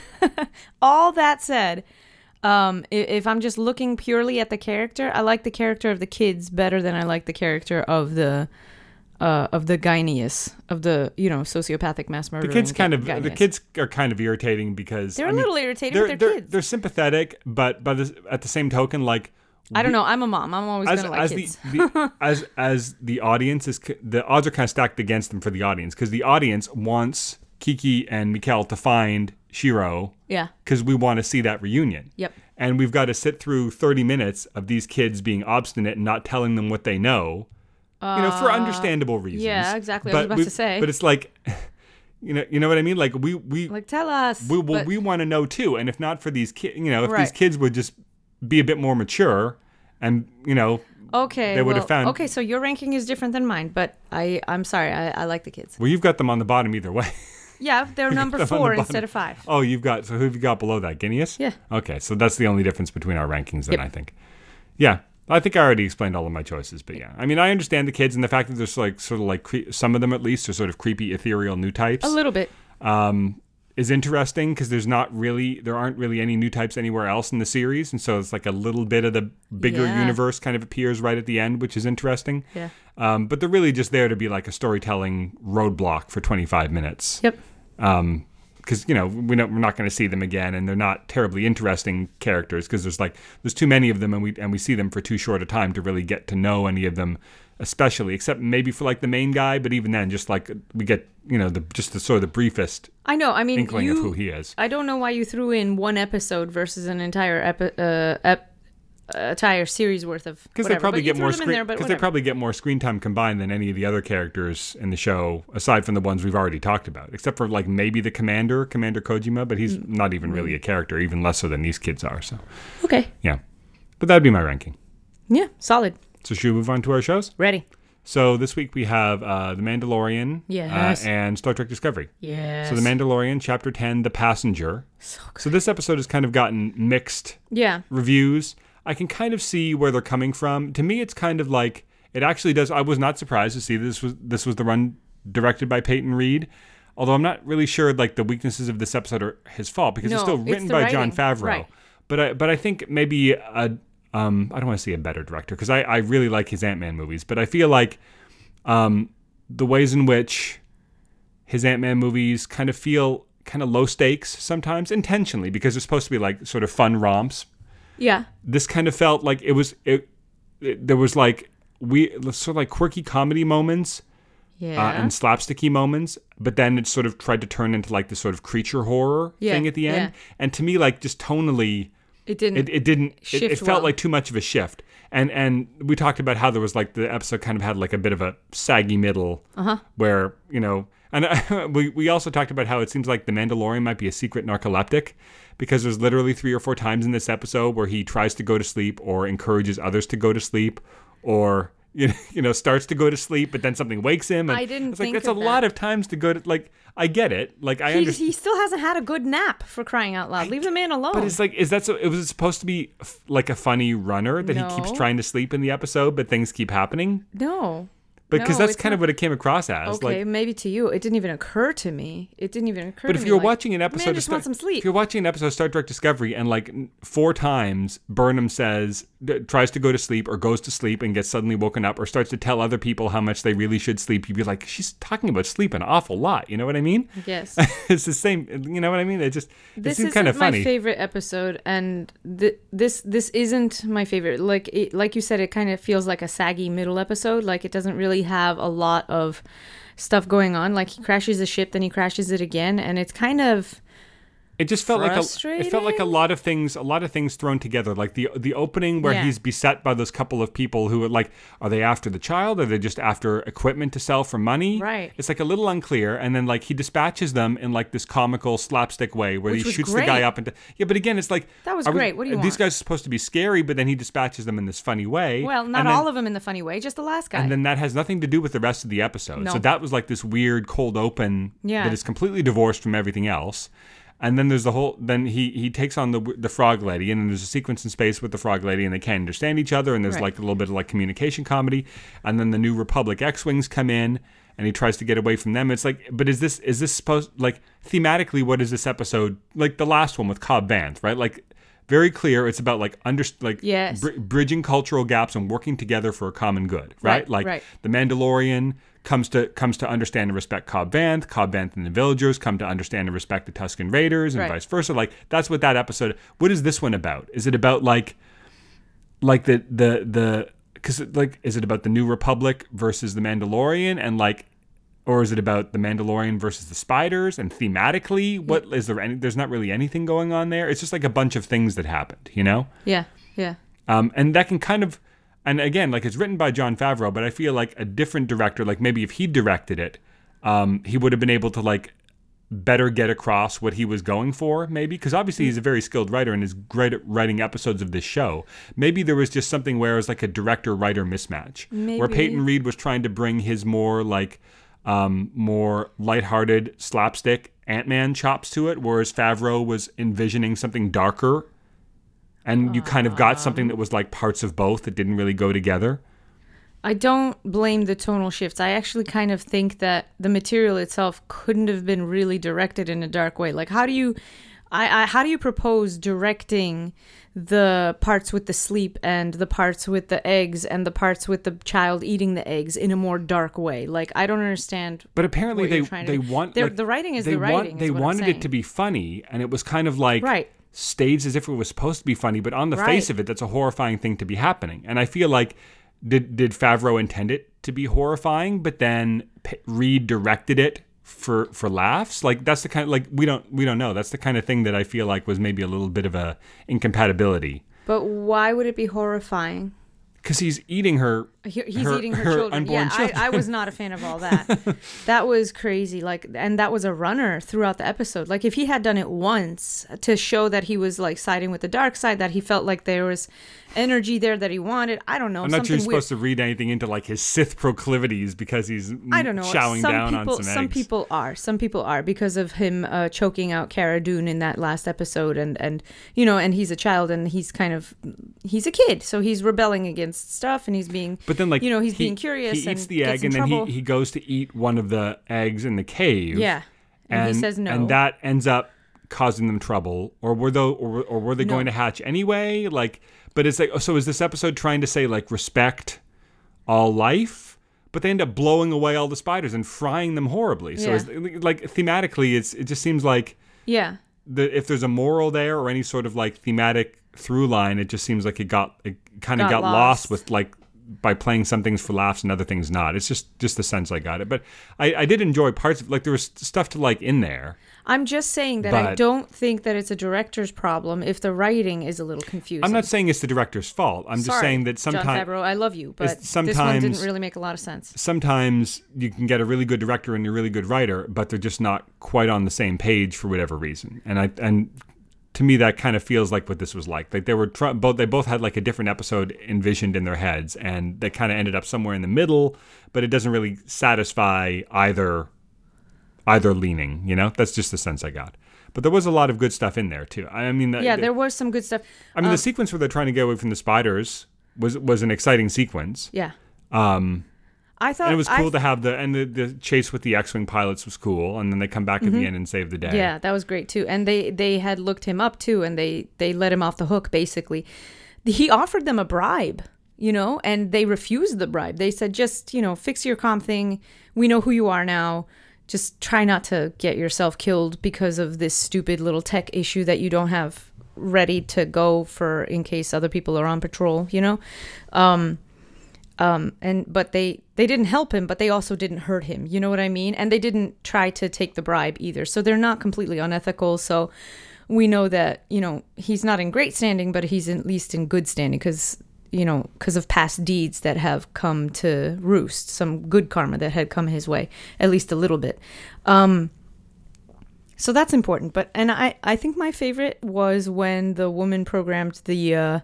Speaker 2: All that said, um, i- if I'm just looking purely at the character, I like the character of the kids better than I like the character of the. Uh, of the Gyneus, of the you know sociopathic mass murderer.
Speaker 1: The kids kind of the kids are kind of irritating because
Speaker 2: They're
Speaker 1: I
Speaker 2: a
Speaker 1: mean,
Speaker 2: little irritating,
Speaker 1: they're,
Speaker 2: but they're,
Speaker 1: they're,
Speaker 2: kids.
Speaker 1: they're sympathetic, but by the, at the same token, like
Speaker 2: I don't know. I'm a mom. I'm always
Speaker 1: as
Speaker 2: gonna like
Speaker 1: as
Speaker 2: kids.
Speaker 1: the, the as as the audience is c- the odds are kind of stacked against them for the audience because the audience wants Kiki and Mikael to find Shiro
Speaker 2: yeah.
Speaker 1: because we want to see that reunion.
Speaker 2: Yep.
Speaker 1: And we've got to sit through 30 minutes of these kids being obstinate and not telling them what they know, you know, for understandable reasons.
Speaker 2: Uh, exactly. I was
Speaker 1: But
Speaker 2: about
Speaker 1: we-
Speaker 2: to say.
Speaker 1: But it's like, you know, you know what I mean? Like we we
Speaker 2: Like tell us.
Speaker 1: we well,
Speaker 2: but-
Speaker 1: we want to know too. And if not for these kids, you know, if these
Speaker 2: Right.
Speaker 1: kids would just be a bit more mature, and you know,
Speaker 2: okay.
Speaker 1: they would've
Speaker 2: well,
Speaker 1: found-
Speaker 2: Okay, so your ranking is different than mine, but I I'm sorry. I, I like the kids.
Speaker 1: well, you've got them on the bottom either way.
Speaker 2: Yeah, they're number
Speaker 1: Them on the
Speaker 2: four
Speaker 1: bottom.
Speaker 2: instead of five.
Speaker 1: Oh, you've got so who have you got below that? Guineas?
Speaker 2: Yeah.
Speaker 1: Okay, so that's the only difference between our rankings then
Speaker 2: Yep.
Speaker 1: I think. Yeah. I think I already explained all of my choices, but yeah. I mean, I understand the kids and the fact that there's like sort of like cre- some of them at least are sort of creepy ethereal new types
Speaker 2: A little bit.
Speaker 1: um, is interesting because there's not really there aren't really any new types anywhere else in the series, and so it's like a little bit of the bigger
Speaker 2: Yeah.
Speaker 1: universe kind of appears right at the end, which is interesting.
Speaker 2: Yeah.
Speaker 1: Um, but they're really just there to be like a storytelling roadblock for 25 minutes
Speaker 2: Yep.
Speaker 1: because Um, you know we know we're not going to see them again, and they're not terribly interesting characters because there's like there's too many of them, and we and we see them for too short a time to really get to know any of them, especially except maybe for like the main guy, but even then, just like we get you know the just the sort of the briefest
Speaker 2: I know. I mean,
Speaker 1: inkling
Speaker 2: you,
Speaker 1: of who he is.
Speaker 2: I don't know why you threw in one episode versus an entire epi- uh, ep- uh, entire series worth of.
Speaker 1: Because they
Speaker 2: whatever,
Speaker 1: probably
Speaker 2: but you
Speaker 1: get
Speaker 2: threw
Speaker 1: more
Speaker 2: them in
Speaker 1: screen
Speaker 2: there, but
Speaker 1: because they
Speaker 2: whatever.
Speaker 1: probably get more screen time combined than any of the other characters in the show, aside from the ones we've already talked about, except for like maybe the commander, Commander Kojima, but
Speaker 2: Mm.
Speaker 1: he's not even really a character, even less so than these kids are. So
Speaker 2: Okay.
Speaker 1: yeah, but that'd be my ranking.
Speaker 2: Yeah. Solid.
Speaker 1: So should we move on to our shows?
Speaker 2: Ready.
Speaker 1: So this week we have uh, The Mandalorian
Speaker 2: Yes.
Speaker 1: uh, and Star Trek Discovery.
Speaker 2: Yes.
Speaker 1: So The Mandalorian, Chapter 10, The Passenger. So, this episode has kind of gotten mixed
Speaker 2: yeah.
Speaker 1: reviews. I can kind of see where they're coming from. To me, it's kind of like it actually does. I was not surprised to see this was this was the run directed by Peyton Reed. Although I'm not really sure like the weaknesses of this episode are his fault because it's
Speaker 2: No,
Speaker 1: still
Speaker 2: it's
Speaker 1: written
Speaker 2: the
Speaker 1: by John
Speaker 2: writing,
Speaker 1: Favreau.
Speaker 2: right.
Speaker 1: But I but I think maybe a, um I don't want to say a better director because I I really like his Ant Man movies, but I feel like um the ways in which his Ant Man movies kind of feel kind of low stakes sometimes intentionally because they're supposed to be like sort of fun romps
Speaker 2: Yeah.
Speaker 1: this kind of felt like it was it, it there was like we sort of like quirky comedy moments
Speaker 2: Yeah.
Speaker 1: uh, and slapsticky moments but then it sort of tried to turn into like this sort of creature horror
Speaker 2: Yeah,
Speaker 1: thing at the end and to me like just tonally
Speaker 2: it didn't.
Speaker 1: it, it didn't it, it
Speaker 2: Shift
Speaker 1: felt
Speaker 2: well.
Speaker 1: like too much of a shift and and we talked about how there was like the episode kind of had like a bit of a saggy middle
Speaker 2: Uh-huh.
Speaker 1: where you know and we, we also talked about how it seems like the mandalorian might be a secret narcoleptic because there's literally three or four times in this episode where he tries to go to sleep or encourages others to go to sleep or you know, you know starts to go to sleep but then something wakes him and
Speaker 2: I didn't
Speaker 1: it's like
Speaker 2: think
Speaker 1: that's
Speaker 2: of
Speaker 1: a
Speaker 2: that.
Speaker 1: lot of times to go to like i get it like i
Speaker 2: he,
Speaker 1: understand
Speaker 2: he still hasn't had a good nap for crying out loud. Leave the man alone.
Speaker 1: But it's like, is that so? It was supposed to be f- like a funny runner that he keeps
Speaker 2: No.
Speaker 1: trying to sleep in the episode, but things keep happening.
Speaker 2: no.
Speaker 1: But because
Speaker 2: No,
Speaker 1: that's
Speaker 2: it's
Speaker 1: kind of what it came across as.
Speaker 2: Okay,
Speaker 1: Like,
Speaker 2: maybe to you, it didn't even occur to me. It didn't even occur.
Speaker 1: but
Speaker 2: to
Speaker 1: if
Speaker 2: me,
Speaker 1: you're
Speaker 2: like,
Speaker 1: watching an episode,
Speaker 2: man, I
Speaker 1: of
Speaker 2: just
Speaker 1: Star-
Speaker 2: want some sleep.
Speaker 1: If you're watching an episode of Star Trek Discovery, and like n- four times Burnham says d- tries to go to sleep or goes to sleep and gets suddenly woken up or starts to tell other people how much they really should sleep, you'd be like, she's talking about sleep an awful lot. You know what I mean?
Speaker 2: yes,
Speaker 1: it's the same. You know what I mean? It just it
Speaker 2: this
Speaker 1: seems
Speaker 2: is
Speaker 1: kind of funny.
Speaker 2: my favorite episode, and th- this this isn't my favorite. Like it, like you said, it kind of feels like a saggy middle episode. Like it doesn't really have a lot of stuff going on. Like he crashes the ship, then he crashes it again, and it's kind of
Speaker 1: it just felt like a, it felt like a lot of things a lot of things thrown together like the the opening where
Speaker 2: Yeah.
Speaker 1: he's beset by those couple of people who are like are they after the child are they just after equipment to sell for money
Speaker 2: Right.
Speaker 1: it's like a little unclear and then like he dispatches them in like this comical slapstick way where
Speaker 2: Which
Speaker 1: he
Speaker 2: was
Speaker 1: shoots the
Speaker 2: great.
Speaker 1: guy up and yeah but again it's like
Speaker 2: That was
Speaker 1: are we-
Speaker 2: great. What do you
Speaker 1: are these
Speaker 2: want?
Speaker 1: guys supposed to be scary but then he dispatches them in this funny way
Speaker 2: Well, not
Speaker 1: and then,
Speaker 2: all of them in the funny way, just the last guy.
Speaker 1: and then that has nothing to do with the rest of the episode.
Speaker 2: No.
Speaker 1: So that was like this weird cold open
Speaker 2: Yeah.
Speaker 1: that is completely divorced from everything else. And then there's the whole. Then he he takes on the the frog lady, and then there's a sequence in space with the frog lady, and they can't understand each other. And there's
Speaker 2: Right.
Speaker 1: like a little bit of like communication comedy. And then the new Republic X wings come in, and he tries to get away from them. It's like, but is this is this supposed like thematically? What is this episode like? The last one with Cobb Vanth, right? Like very clear. It's about like under like
Speaker 2: Yes.
Speaker 1: br- bridging cultural gaps and working together for a common good, right?
Speaker 2: Right,
Speaker 1: like
Speaker 2: right.
Speaker 1: the Mandalorian comes to comes to understand and respect Cobb Vanth, Cobb Vanth and the villagers come to understand and respect the Tusken Raiders and
Speaker 2: Right.
Speaker 1: vice versa. Like that's what that episode what is this one about? Is it about like like the the the cuz like is it about the New Republic versus the Mandalorian and like or is it about the Mandalorian versus the spiders and thematically what is there any there's not really anything going on there. It's just like a bunch of things that happened, you know?
Speaker 2: yeah, yeah.
Speaker 1: Um, and that can kind of, and again, like it's written by John Favreau, but I feel like a different director, like maybe if he directed it, um, he would have been able to like better get across what he was going for, maybe. Because obviously he's a very skilled writer and is great at writing episodes of this show. Maybe there was just something where it was like a director writer mismatch, where
Speaker 2: Maybe.
Speaker 1: Peyton Reed was trying to bring his more like, um, more lighthearted slapstick Ant Man chops to it, whereas Favreau was envisioning something darker and you kind of got something that was like parts of both that didn't really go together.
Speaker 2: I don't blame the tonal shifts. I actually kind of think that the material itself couldn't have been really directed in a dark way. Like, how do you, I, I how do you propose directing the parts with the sleep and the parts with the eggs and the parts with the child eating the eggs in a more dark way? Like, I don't understand.
Speaker 1: But apparently
Speaker 2: What
Speaker 1: they
Speaker 2: you're trying to
Speaker 1: they
Speaker 2: do.
Speaker 1: want
Speaker 2: They're-
Speaker 1: like,
Speaker 2: the writing is
Speaker 1: they
Speaker 2: the
Speaker 1: want-
Speaker 2: writing is
Speaker 1: they
Speaker 2: what I'm
Speaker 1: wanted it
Speaker 2: saying.
Speaker 1: to be funny, and it was kind of like
Speaker 2: Right.
Speaker 1: staged as if it was supposed to be funny, but on the
Speaker 2: Right.
Speaker 1: face of it, that's a horrifying thing to be happening. And I feel like did did Favreau intend it to be horrifying, but then P- Reed directed it for for laughs? Like that's the kind of like we don't we don't know. That's the kind of thing that I feel like was maybe a little bit of a incompatibility.
Speaker 2: But why would it be horrifying?
Speaker 1: Because he's eating her,
Speaker 2: He- He's
Speaker 1: her-
Speaker 2: eating her,
Speaker 1: her
Speaker 2: children.
Speaker 1: unborn
Speaker 2: yeah,
Speaker 1: children.
Speaker 2: I, I was not a fan of all that. that was crazy. Like, and that was a runner throughout the episode. Like, if he had done it once to show that he was like siding with the dark side, that he felt like there was energy there that he wanted. I don't know.
Speaker 1: I'm
Speaker 2: something
Speaker 1: not sure you're
Speaker 2: weird.
Speaker 1: supposed to read anything into like his Sith proclivities because he's
Speaker 2: I don't know.
Speaker 1: chowing
Speaker 2: some
Speaker 1: down
Speaker 2: people,
Speaker 1: on some, eggs.
Speaker 2: people are. Some people are because of him uh, choking out Cara Dune in that last episode, and and you know, and he's a child, and he's kind of he's a kid, so he's rebelling against stuff, and he's being.
Speaker 1: but then like
Speaker 2: you know, he's
Speaker 1: he-
Speaker 2: being curious.
Speaker 1: He eats
Speaker 2: and
Speaker 1: the
Speaker 2: gets
Speaker 1: egg
Speaker 2: in
Speaker 1: and then
Speaker 2: trouble.
Speaker 1: he, he goes to eat one of the eggs in the cave.
Speaker 2: Yeah. And,
Speaker 1: and
Speaker 2: he says no.
Speaker 1: and that ends up causing them trouble. Or were though, or, or were they
Speaker 2: No.
Speaker 1: going to hatch anyway? Like, but it's like, oh, so is this episode trying to say like respect all life? But they end up blowing away all the spiders and frying them horribly. So
Speaker 2: Yeah.
Speaker 1: is, like thematically, it's it just seems like
Speaker 2: yeah.
Speaker 1: the if there's a moral there or any sort of like thematic through line, it just seems like it got it kind of
Speaker 2: Got
Speaker 1: got, lost.
Speaker 2: lost.
Speaker 1: with like by playing some things for laughs and other things not. It's just just the sense I got it. But I, I did enjoy parts of like there was stuff to like in there.
Speaker 2: I'm just saying that I
Speaker 1: But-
Speaker 2: don't think that it's a director's problem if the writing is a little confusing.
Speaker 1: I'm not saying it's the director's fault. I'm just
Speaker 2: Sorry,
Speaker 1: saying that
Speaker 2: John
Speaker 1: sometimes
Speaker 2: Favreau, I love you, but this one
Speaker 1: sometimes-
Speaker 2: didn't really make a lot of sense.
Speaker 1: sometimes you can get a really good director and a really good writer, but they're just not quite on the same page for whatever reason. And I and to me that kind of feels like what this was like. Like they were tr- both they both had like a different episode envisioned in their heads, and they kind of ended up somewhere in the middle, but it doesn't really satisfy either either leaning. You know, that's just the sense I got. But there was a lot of good stuff in there too. I mean, the-
Speaker 2: Yeah,
Speaker 1: the-
Speaker 2: there um was some good stuff.
Speaker 1: I mean, the sequence where they're trying to get away from the spiders was was an exciting sequence.
Speaker 2: Yeah. Um, I thought
Speaker 1: And it was
Speaker 2: I
Speaker 1: cool to have the and the, the chase with the X-wing pilots was cool, and then they come back at the end and save the day.
Speaker 2: Mm-hmm. Yeah, that was great too. And they they had looked him up too, and they they let him off the hook basically. He offered them a bribe, you know, and they refused the bribe. They said, just you know, fix your com thing. We know who you are now. Just try not to get yourself killed because of this stupid little tech issue that you don't have ready to go for in case other people are on patrol. You know, um and but they they didn't help him but they also didn't hurt him you know what i mean and they didn't try to take the bribe either so they're not completely unethical so we know that you know he's not in great standing but he's at least in good standing because you know because of past deeds that have come to roost some good karma that had come his way at least a little bit um so that's important but and i i think my favorite was when the woman programmed the uh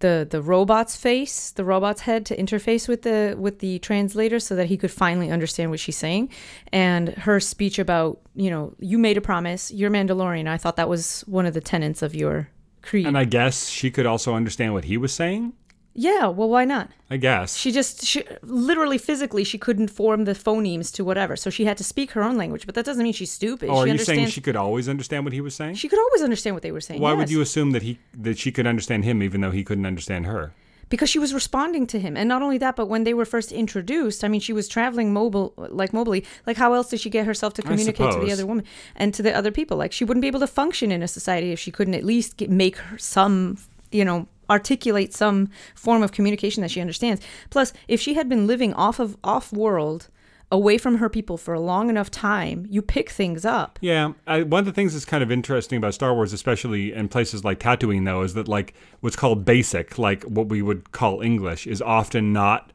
Speaker 2: the the robot's face, the robot's head to interface with the with the translator so that he could finally understand what she's saying. And her speech about, you know, you made a promise, you're Mandalorian. I thought that was one of the tenets of your creed.
Speaker 1: And I guess she could also understand what he was saying.
Speaker 2: yeah, well why not?
Speaker 1: I guess.
Speaker 2: She just she literally physically she couldn't form the phonemes to whatever. So she had to speak her own language, but that doesn't mean she's stupid.
Speaker 1: oh, are
Speaker 2: she
Speaker 1: you saying
Speaker 2: understands
Speaker 1: she could always understand what he was saying?
Speaker 2: she could always understand what they were saying.
Speaker 1: Why would
Speaker 2: yes.
Speaker 1: you assume that he that she could understand him even though he couldn't understand her?
Speaker 2: because she was responding to him and not only that but when they were first introduced i mean she was traveling mobile like mobily like how else did she get herself to communicate to the
Speaker 1: suppose.
Speaker 2: other woman and to the other people like she wouldn't be able to function in a society if she couldn't at least get, make her some you know articulate some form of communication that she understands plus if she had been living off of off world away from her people for a long enough time you pick things up
Speaker 1: Yeah, I, one of the things that's kind of interesting about Star Wars, especially in places like Tatooine, though, is that like what's called basic, like what we would call English, is often not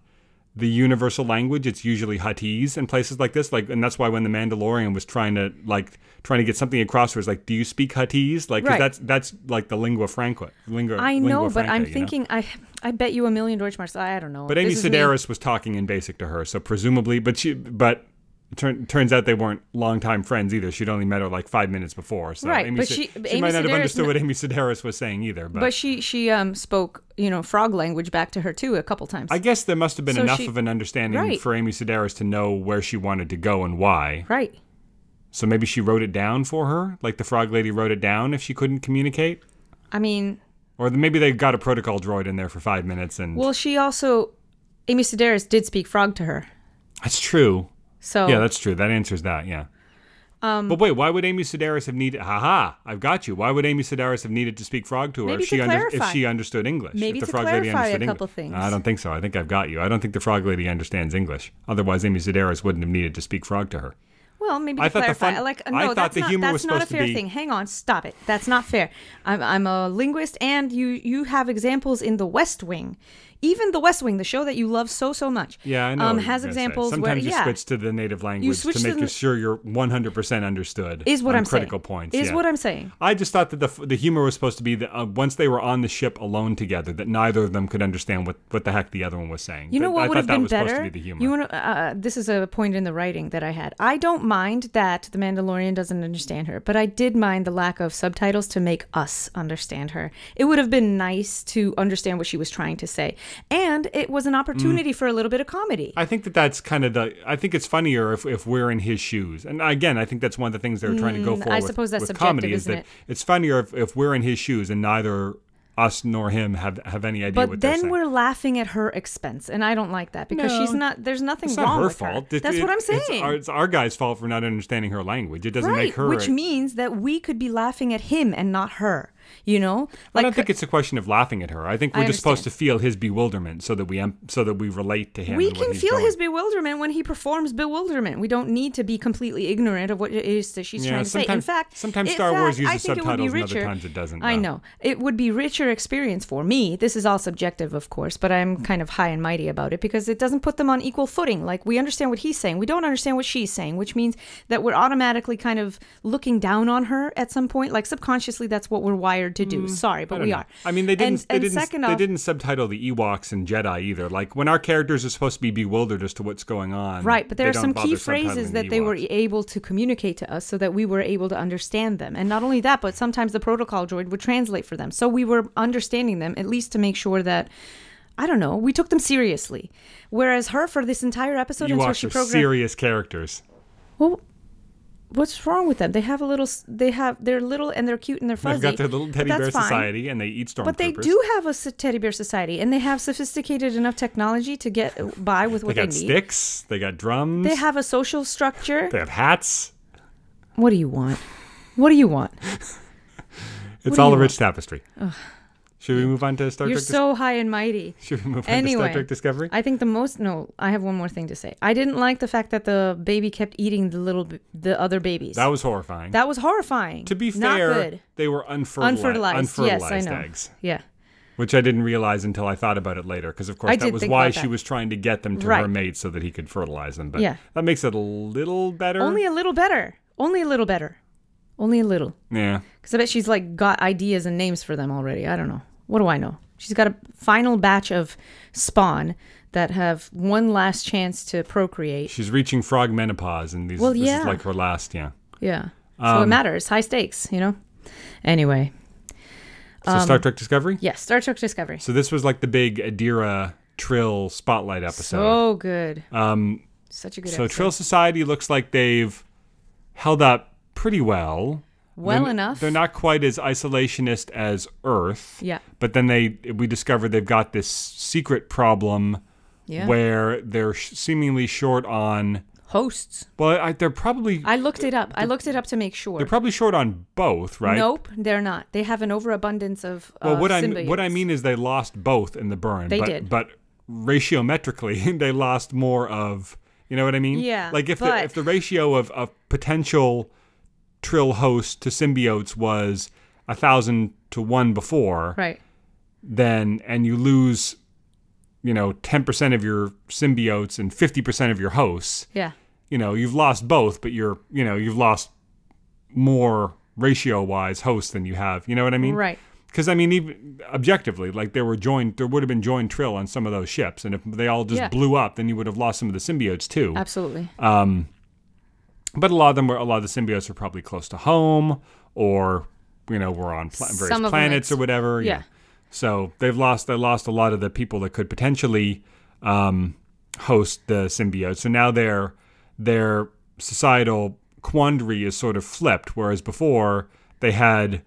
Speaker 1: the universal language. It's usually Huttese in places like this, like, and that's why when the Mandalorian was trying to like trying to get something across, was like, "Do you speak Huttese?" Like, 'cause
Speaker 2: Right.
Speaker 1: that's that's like the lingua franca. Lingua,
Speaker 2: i know
Speaker 1: lingua
Speaker 2: but i'm
Speaker 1: franca, you know?
Speaker 2: thinking i i bet you a million deutschmarks i don't know
Speaker 1: But Amy
Speaker 2: This is me.
Speaker 1: Sedaris was talking in basic to her, so presumably, but she, but it turn, turns out they weren't longtime friends either. She'd only met her like five minutes before, so
Speaker 2: Right,
Speaker 1: Amy,
Speaker 2: but
Speaker 1: Se-
Speaker 2: she-
Speaker 1: she
Speaker 2: Amy
Speaker 1: might not
Speaker 2: Sedaris
Speaker 1: have understood
Speaker 2: kn-
Speaker 1: what Amy Sedaris was saying either. But,
Speaker 2: But she she um spoke you know frog language back to her too a couple times.
Speaker 1: I guess there must have been
Speaker 2: So
Speaker 1: enough
Speaker 2: she-
Speaker 1: of an understanding
Speaker 2: Right.
Speaker 1: for Amy Sedaris to know where she wanted to go and why.
Speaker 2: right.
Speaker 1: So maybe she wrote it down for her, like the Frog Lady wrote it down if she couldn't communicate,
Speaker 2: I mean,
Speaker 1: or maybe they got a protocol droid in there for five minutes and
Speaker 2: well, she also Amy Sedaris did speak frog to her.
Speaker 1: that's true.
Speaker 2: So
Speaker 1: Yeah, that's true. That answers that. Yeah.
Speaker 2: Um,
Speaker 1: but wait, why would Amy Sedaris have needed? Haha, I've got you. Why would Amy Sedaris have needed to speak frog to her
Speaker 2: Maybe
Speaker 1: if she
Speaker 2: to
Speaker 1: if
Speaker 2: clarify.
Speaker 1: she understood English?
Speaker 2: Maybe
Speaker 1: if the
Speaker 2: to
Speaker 1: frog lady
Speaker 2: clarify a
Speaker 1: understood Engli-
Speaker 2: couple things.
Speaker 1: I don't think so. I think I've got you. I don't think the frog lady understands English. Otherwise, Amy Sedaris wouldn't have needed to speak frog to her.
Speaker 2: well, maybe
Speaker 1: I
Speaker 2: to
Speaker 1: thought the
Speaker 2: clarify,
Speaker 1: fun-
Speaker 2: like
Speaker 1: I
Speaker 2: no,
Speaker 1: thought
Speaker 2: that's
Speaker 1: the
Speaker 2: not
Speaker 1: humor
Speaker 2: that's
Speaker 1: was
Speaker 2: not a
Speaker 1: supposed to
Speaker 2: fair
Speaker 1: be-
Speaker 2: thing. Hang on, stop it. That's not fair. I'm I'm a linguist, and you you have examples in The West Wing, even The West Wing, the show that you love so so much.
Speaker 1: Yeah, I know.
Speaker 2: Um,
Speaker 1: what you're
Speaker 2: has
Speaker 1: gonna say.
Speaker 2: examples
Speaker 1: Sometimes
Speaker 2: where
Speaker 1: you
Speaker 2: yeah.
Speaker 1: switch to the native language
Speaker 2: switch
Speaker 1: to
Speaker 2: to
Speaker 1: make
Speaker 2: the-
Speaker 1: you sure you're 100% understood.
Speaker 2: is what
Speaker 1: on
Speaker 2: I'm saying.
Speaker 1: critical points.
Speaker 2: Is
Speaker 1: yeah.
Speaker 2: what I'm saying.
Speaker 1: I just thought that the, f- the humor was supposed to be that uh, once they were on the ship alone together, that neither of them could understand what, what the heck the other one was saying.
Speaker 2: You know
Speaker 1: That-
Speaker 2: what
Speaker 1: I
Speaker 2: would
Speaker 1: thought
Speaker 2: have
Speaker 1: that
Speaker 2: been
Speaker 1: was
Speaker 2: better?
Speaker 1: supposed to be the humor.
Speaker 2: You want to, uh, this is a point in the writing that I had. I don't mind that the Mandalorian doesn't understand her, but I did mind the lack of subtitles to make us understand her. It would have been nice to understand what she was trying to say, and it was an opportunity for a little bit of comedy.
Speaker 1: Mm. I think that that's kind of the. I think it's funnier if, if we're in his shoes. And again, I think that's one of the things they were trying to go for.
Speaker 2: Mm, I
Speaker 1: with-
Speaker 2: suppose that's
Speaker 1: with
Speaker 2: subjective,
Speaker 1: comedy is
Speaker 2: isn't
Speaker 1: that
Speaker 2: it?
Speaker 1: it's funnier if, if we're in his shoes and neither us nor him have have any idea
Speaker 2: but
Speaker 1: what they're
Speaker 2: then
Speaker 1: saying.
Speaker 2: we're laughing at her expense, and I don't like that because she's not. There's nothing
Speaker 1: it's
Speaker 2: wrong
Speaker 1: not her
Speaker 2: with
Speaker 1: fault.
Speaker 2: her.
Speaker 1: It-
Speaker 2: That's
Speaker 1: it-
Speaker 2: what I'm saying.
Speaker 1: It's our, it's our guy's fault for not understanding her language. It doesn't
Speaker 2: right,
Speaker 1: make her.
Speaker 2: which means that we could be laughing at him and not her. You know,
Speaker 1: I don't think it's a question of laughing at her. I think
Speaker 2: I
Speaker 1: we're just supposed to
Speaker 2: understand.
Speaker 1: feel his bewilderment so that we em- so that we relate to him.
Speaker 2: We
Speaker 1: and what
Speaker 2: can
Speaker 1: he's
Speaker 2: feel
Speaker 1: going.
Speaker 2: his bewilderment when he performs bewilderment. We don't need to be completely ignorant of what it is that she's
Speaker 1: Yeah,
Speaker 2: trying to say. In
Speaker 1: sometimes-
Speaker 2: fact,
Speaker 1: sometimes
Speaker 2: in
Speaker 1: Star Wars
Speaker 2: fact, I
Speaker 1: uses
Speaker 2: think it would be
Speaker 1: subtitles and other
Speaker 2: richer-
Speaker 1: times it doesn't,
Speaker 2: I
Speaker 1: though.
Speaker 2: know it would be richer experience for me. This is all subjective, of course, but I'm kind of high and mighty about it because it doesn't put them on equal footing. Like we understand what he's saying, we don't understand what she's saying, which means that we're automatically kind of looking down on her at some point. Like subconsciously, that's what we're wired to do. Sorry,
Speaker 1: Mm,
Speaker 2: but
Speaker 1: I don't
Speaker 2: we
Speaker 1: know.
Speaker 2: are.
Speaker 1: I mean, they
Speaker 2: And-
Speaker 1: didn't. they
Speaker 2: and
Speaker 1: didn't.
Speaker 2: second
Speaker 1: they
Speaker 2: off-
Speaker 1: didn't subtitle the Ewoks and Jedi either. Like when our characters are supposed to be bewildered as to what's going on.
Speaker 2: Right, but there
Speaker 1: they
Speaker 2: are
Speaker 1: don't
Speaker 2: some key
Speaker 1: bother
Speaker 2: phrases
Speaker 1: subtitling
Speaker 2: that
Speaker 1: the
Speaker 2: they were
Speaker 1: Ewoks.
Speaker 2: able to communicate to us so that we were able to understand them. And not only that, but sometimes the protocol droid would translate for them. So we were understanding them at least to make sure that I don't know, we took them seriously. Whereas her for this entire episode until
Speaker 1: Ewoks
Speaker 2: she
Speaker 1: are
Speaker 2: programmed
Speaker 1: serious characters.
Speaker 2: Well, what's wrong with them? They have a little s- they have they're little and they're cute and they're fuzzy.
Speaker 1: They've got their little
Speaker 2: but
Speaker 1: teddy
Speaker 2: that's
Speaker 1: bear
Speaker 2: fine.
Speaker 1: society, and they eat stormtroopers.
Speaker 2: But they do have a s- teddy bear society, and they have sophisticated enough technology to get by with
Speaker 1: They
Speaker 2: what they,
Speaker 1: got
Speaker 2: need.
Speaker 1: sticks. They got drums.
Speaker 2: They have a social structure.
Speaker 1: They have hats.
Speaker 2: What do you want? What do you want?
Speaker 1: It's
Speaker 2: do
Speaker 1: all
Speaker 2: you
Speaker 1: a rich tapestry. Should we move on to Star
Speaker 2: You're
Speaker 1: Trek? Dis-
Speaker 2: so high and mighty.
Speaker 1: Should we move on to
Speaker 2: Anyway.
Speaker 1: Star Trek Discovery?
Speaker 2: I think the most no, I have one more thing to say. I didn't like the fact that the baby kept eating the little b- the other babies.
Speaker 1: that was horrifying.
Speaker 2: That was horrifying.
Speaker 1: to be
Speaker 2: not
Speaker 1: fair,
Speaker 2: good.
Speaker 1: they were unfertilized,
Speaker 2: Unfertilized. Yes, I
Speaker 1: unfertilized
Speaker 2: know.
Speaker 1: eggs,
Speaker 2: Yeah.
Speaker 1: which I didn't realize until I thought about it later. Because of course
Speaker 2: I
Speaker 1: that
Speaker 2: did
Speaker 1: was
Speaker 2: think
Speaker 1: why
Speaker 2: about
Speaker 1: she
Speaker 2: that.
Speaker 1: was trying to get them to her
Speaker 2: Right.
Speaker 1: mate so that he could fertilize them. But
Speaker 2: Yeah.
Speaker 1: that makes it a little better.
Speaker 2: Only a little better. Only a little better. Only a little.
Speaker 1: yeah.
Speaker 2: Because I bet she's like got ideas and names for them already. I don't know. What do I know? She's got a final batch of spawn that have one last chance to procreate.
Speaker 1: She's reaching frog menopause, and these,
Speaker 2: Well,
Speaker 1: this
Speaker 2: yeah.
Speaker 1: is like her last. Yeah.
Speaker 2: Yeah. so it
Speaker 1: Um,
Speaker 2: matters. High stakes, you know? Anyway.
Speaker 1: So
Speaker 2: Um,
Speaker 1: Star Trek Discovery.
Speaker 2: Yes, Star Trek Discovery.
Speaker 1: So this was like the big Adira Trill spotlight episode.
Speaker 2: So good. Um such a good
Speaker 1: So,
Speaker 2: episode.
Speaker 1: Trill Society looks like they've held up pretty well.
Speaker 2: well
Speaker 1: They're-
Speaker 2: enough.
Speaker 1: They're not quite as isolationist as Earth.
Speaker 2: Yeah.
Speaker 1: But then they we discover they've got this secret problem
Speaker 2: Yeah.
Speaker 1: where they're sh- seemingly short on.
Speaker 2: Hosts.
Speaker 1: Well, I, they're probably
Speaker 2: I looked it up. I looked it up to make sure.
Speaker 1: they're probably short on both, right?
Speaker 2: Nope, they're not. They have an overabundance of uh,
Speaker 1: Well, what I
Speaker 2: symbiotes.
Speaker 1: what I mean is they lost both in the burn.
Speaker 2: They
Speaker 1: but,
Speaker 2: did.
Speaker 1: but ratiometrically, they lost more of. You know what I mean?
Speaker 2: Yeah,
Speaker 1: Like if the
Speaker 2: but-
Speaker 1: if the ratio of of potential trill host to symbiotes was a thousand to one before,
Speaker 2: Right.
Speaker 1: then and you lose, you know, ten percent of your symbiotes and fifty percent of your hosts.
Speaker 2: Yeah.
Speaker 1: You know, you've lost both, but you're you know you've lost more ratio wise hosts than you have. You know what I mean?
Speaker 2: Right.
Speaker 1: Because I mean, even objectively, like there were joined, there would have been joined trill on some of those ships, and if they all just
Speaker 2: Yeah.
Speaker 1: blew up, then you would have lost some of the symbiotes too.
Speaker 2: Absolutely.
Speaker 1: But a lot of them were, a lot of the symbiotes were probably close to home, or you know, were on pla- various
Speaker 2: Some of them
Speaker 1: planets or
Speaker 2: it's-
Speaker 1: whatever.
Speaker 2: yeah.
Speaker 1: So they've lost, they lost a lot of the people that could potentially um, host the symbiotes. So now their their societal quandary is sort of flipped, whereas before they had.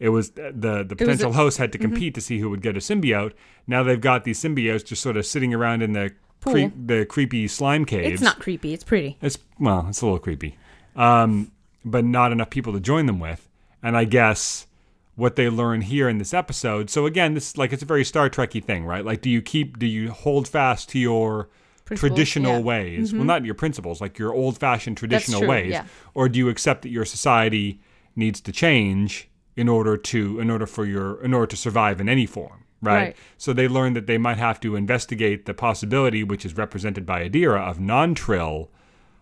Speaker 1: It was uh, the the potential host had to
Speaker 2: mm-hmm.
Speaker 1: compete to see who would get a symbiote. Now they've got these symbiotes just sort of sitting around in the
Speaker 2: Pool.
Speaker 1: the creepy slime caves.
Speaker 2: It's not creepy. It's pretty.
Speaker 1: It's well, it's a little creepy, um, but not enough people to join them with. And I guess what they learn here in this episode. So again, this is like it's a very Star Trekky thing, right? Like, do you keep, do you hold fast to your
Speaker 2: Principles,
Speaker 1: traditional
Speaker 2: yeah. Mm-hmm.
Speaker 1: ways? Well, not your principles, like your old-fashioned traditional
Speaker 2: true,
Speaker 1: ways,
Speaker 2: yeah.
Speaker 1: or do you accept that your society needs to change in order to, in order for your, in order to survive in any form? Right?
Speaker 2: Right.
Speaker 1: So they learn that they might have to investigate the possibility, which is represented by Adira, of non-trill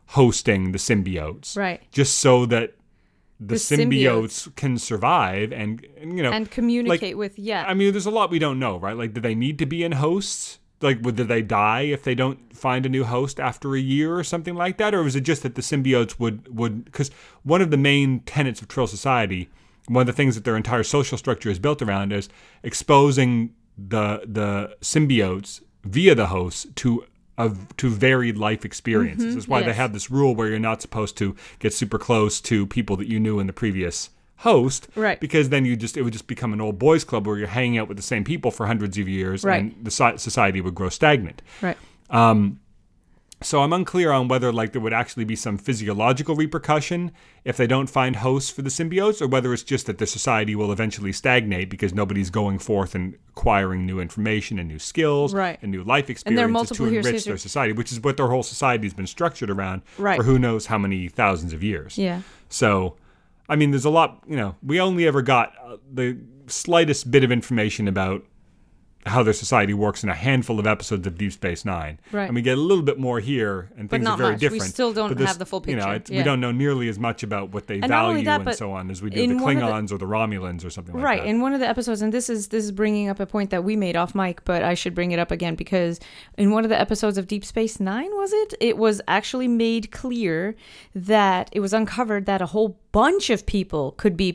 Speaker 1: hosting the symbiotes,
Speaker 2: Right.
Speaker 1: Just so that the, symbiotes,
Speaker 2: symbiotes.
Speaker 1: can survive and, and, you know
Speaker 2: And
Speaker 1: like,
Speaker 2: communicate with yeah.
Speaker 1: I mean, there's a lot we don't know, right? Like, do they need to be in hosts? Like, would do they die if they don't find a new host after a year or something like that? Or was it just that the symbiotes would would because one of the main tenets of Trill Society, one of the things that their entire social structure is built around is exposing the the symbiotes via the hosts to of to varied life experiences. That's why they
Speaker 2: Mm-hmm. yes.
Speaker 1: have this rule where you're not supposed to get super close to people that you knew in the previous host
Speaker 2: Right.
Speaker 1: because then you just it would just become an old boys club where you're hanging out with the same people for hundreds of years
Speaker 2: Right.
Speaker 1: and the so- society would grow stagnant
Speaker 2: right.
Speaker 1: so i'm unclear on whether like there would actually be some physiological repercussion if they don't find hosts for the symbiotes or whether it's just that the society will eventually stagnate because nobody's going forth and acquiring new information and new skills
Speaker 2: Right.
Speaker 1: and new life experiences
Speaker 2: there are
Speaker 1: to
Speaker 2: multiple
Speaker 1: enrich
Speaker 2: years-
Speaker 1: their society which is what their whole society's been structured around
Speaker 2: Right.
Speaker 1: for who knows how many thousands of years
Speaker 2: Yeah.
Speaker 1: so, I mean, there's a lot, you know, we only ever got uh, the slightest bit of information about how their society works in a handful of episodes of Deep Space Nine.
Speaker 2: Right.
Speaker 1: And we get a little bit more here, and things are
Speaker 2: not
Speaker 1: very
Speaker 2: much. We
Speaker 1: different.
Speaker 2: still don't
Speaker 1: But this-
Speaker 2: have the full
Speaker 1: You know,
Speaker 2: picture.
Speaker 1: it's, We
Speaker 2: Yeah.
Speaker 1: don't know nearly as much about what they
Speaker 2: And not only
Speaker 1: value
Speaker 2: that,
Speaker 1: and
Speaker 2: but
Speaker 1: so on as we do the
Speaker 2: in one of the-
Speaker 1: Klingons or the Romulans or something
Speaker 2: Right.
Speaker 1: like that.
Speaker 2: In one of the episodes, and this is this is bringing up a point that we made off mic, but I should bring it up again because in one of the episodes of Deep Space Nine, was it? It was actually made clear that it was uncovered that a whole bunch of people could be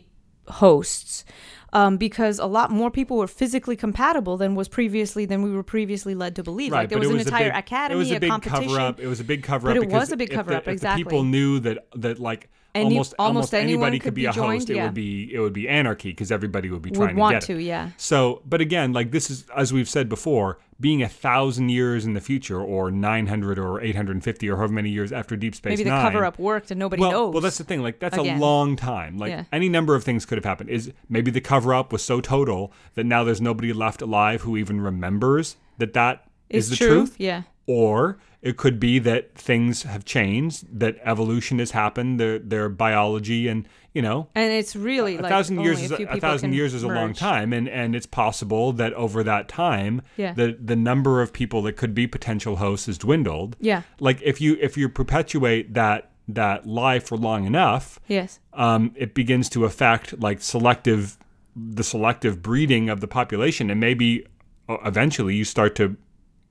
Speaker 2: hosts. Um, because a lot more people were physically compatible than was previously than we were previously led to believe. like there
Speaker 1: but
Speaker 2: was,
Speaker 1: it
Speaker 2: an
Speaker 1: a
Speaker 2: entire
Speaker 1: big-
Speaker 2: academy,
Speaker 1: It was a, big
Speaker 2: competition.
Speaker 1: cover up. It was a big cover up.
Speaker 2: But it
Speaker 1: because
Speaker 2: was a big
Speaker 1: if the-
Speaker 2: cover-up,
Speaker 1: if the
Speaker 2: exactly.
Speaker 1: people knew that that like
Speaker 2: Any-
Speaker 1: almost
Speaker 2: almost anyone
Speaker 1: anybody
Speaker 2: could
Speaker 1: could be,
Speaker 2: be
Speaker 1: a host.
Speaker 2: joined,
Speaker 1: It
Speaker 2: yeah.
Speaker 1: would be it would be anarchy because everybody would be trying
Speaker 2: would
Speaker 1: to
Speaker 2: want
Speaker 1: get it.
Speaker 2: to, yeah.
Speaker 1: So, but again, like this is, as we've said before, being a thousand years in the future or 900 or 850 or however many years after Deep Space
Speaker 2: Maybe the
Speaker 1: Nine.
Speaker 2: cover up worked and nobody
Speaker 1: well,
Speaker 2: knows.
Speaker 1: well, that's the thing. Like, that's
Speaker 2: Again.
Speaker 1: a long time. Like,
Speaker 2: Yeah.
Speaker 1: any number of things could have happened. Is maybe the cover up was so total that now there's nobody left alive who even remembers that that is
Speaker 2: It's
Speaker 1: the
Speaker 2: true.
Speaker 1: truth
Speaker 2: Yeah.
Speaker 1: or it could be that things have changed, that evolution has happened, their their biology, and you know,
Speaker 2: And it's really
Speaker 1: a
Speaker 2: like
Speaker 1: thousand
Speaker 2: only
Speaker 1: years is
Speaker 2: a, few
Speaker 1: a, a
Speaker 2: people
Speaker 1: thousand
Speaker 2: can
Speaker 1: years is a long
Speaker 2: merge.
Speaker 1: time, and and it's possible that over that time,
Speaker 2: Yeah.
Speaker 1: the the number of people that could be potential hosts has dwindled.
Speaker 2: Yeah.
Speaker 1: like if you if you perpetuate that that lie for long enough,
Speaker 2: Yes.
Speaker 1: um, it begins to affect like selective the selective breeding of the population and maybe uh, eventually you start to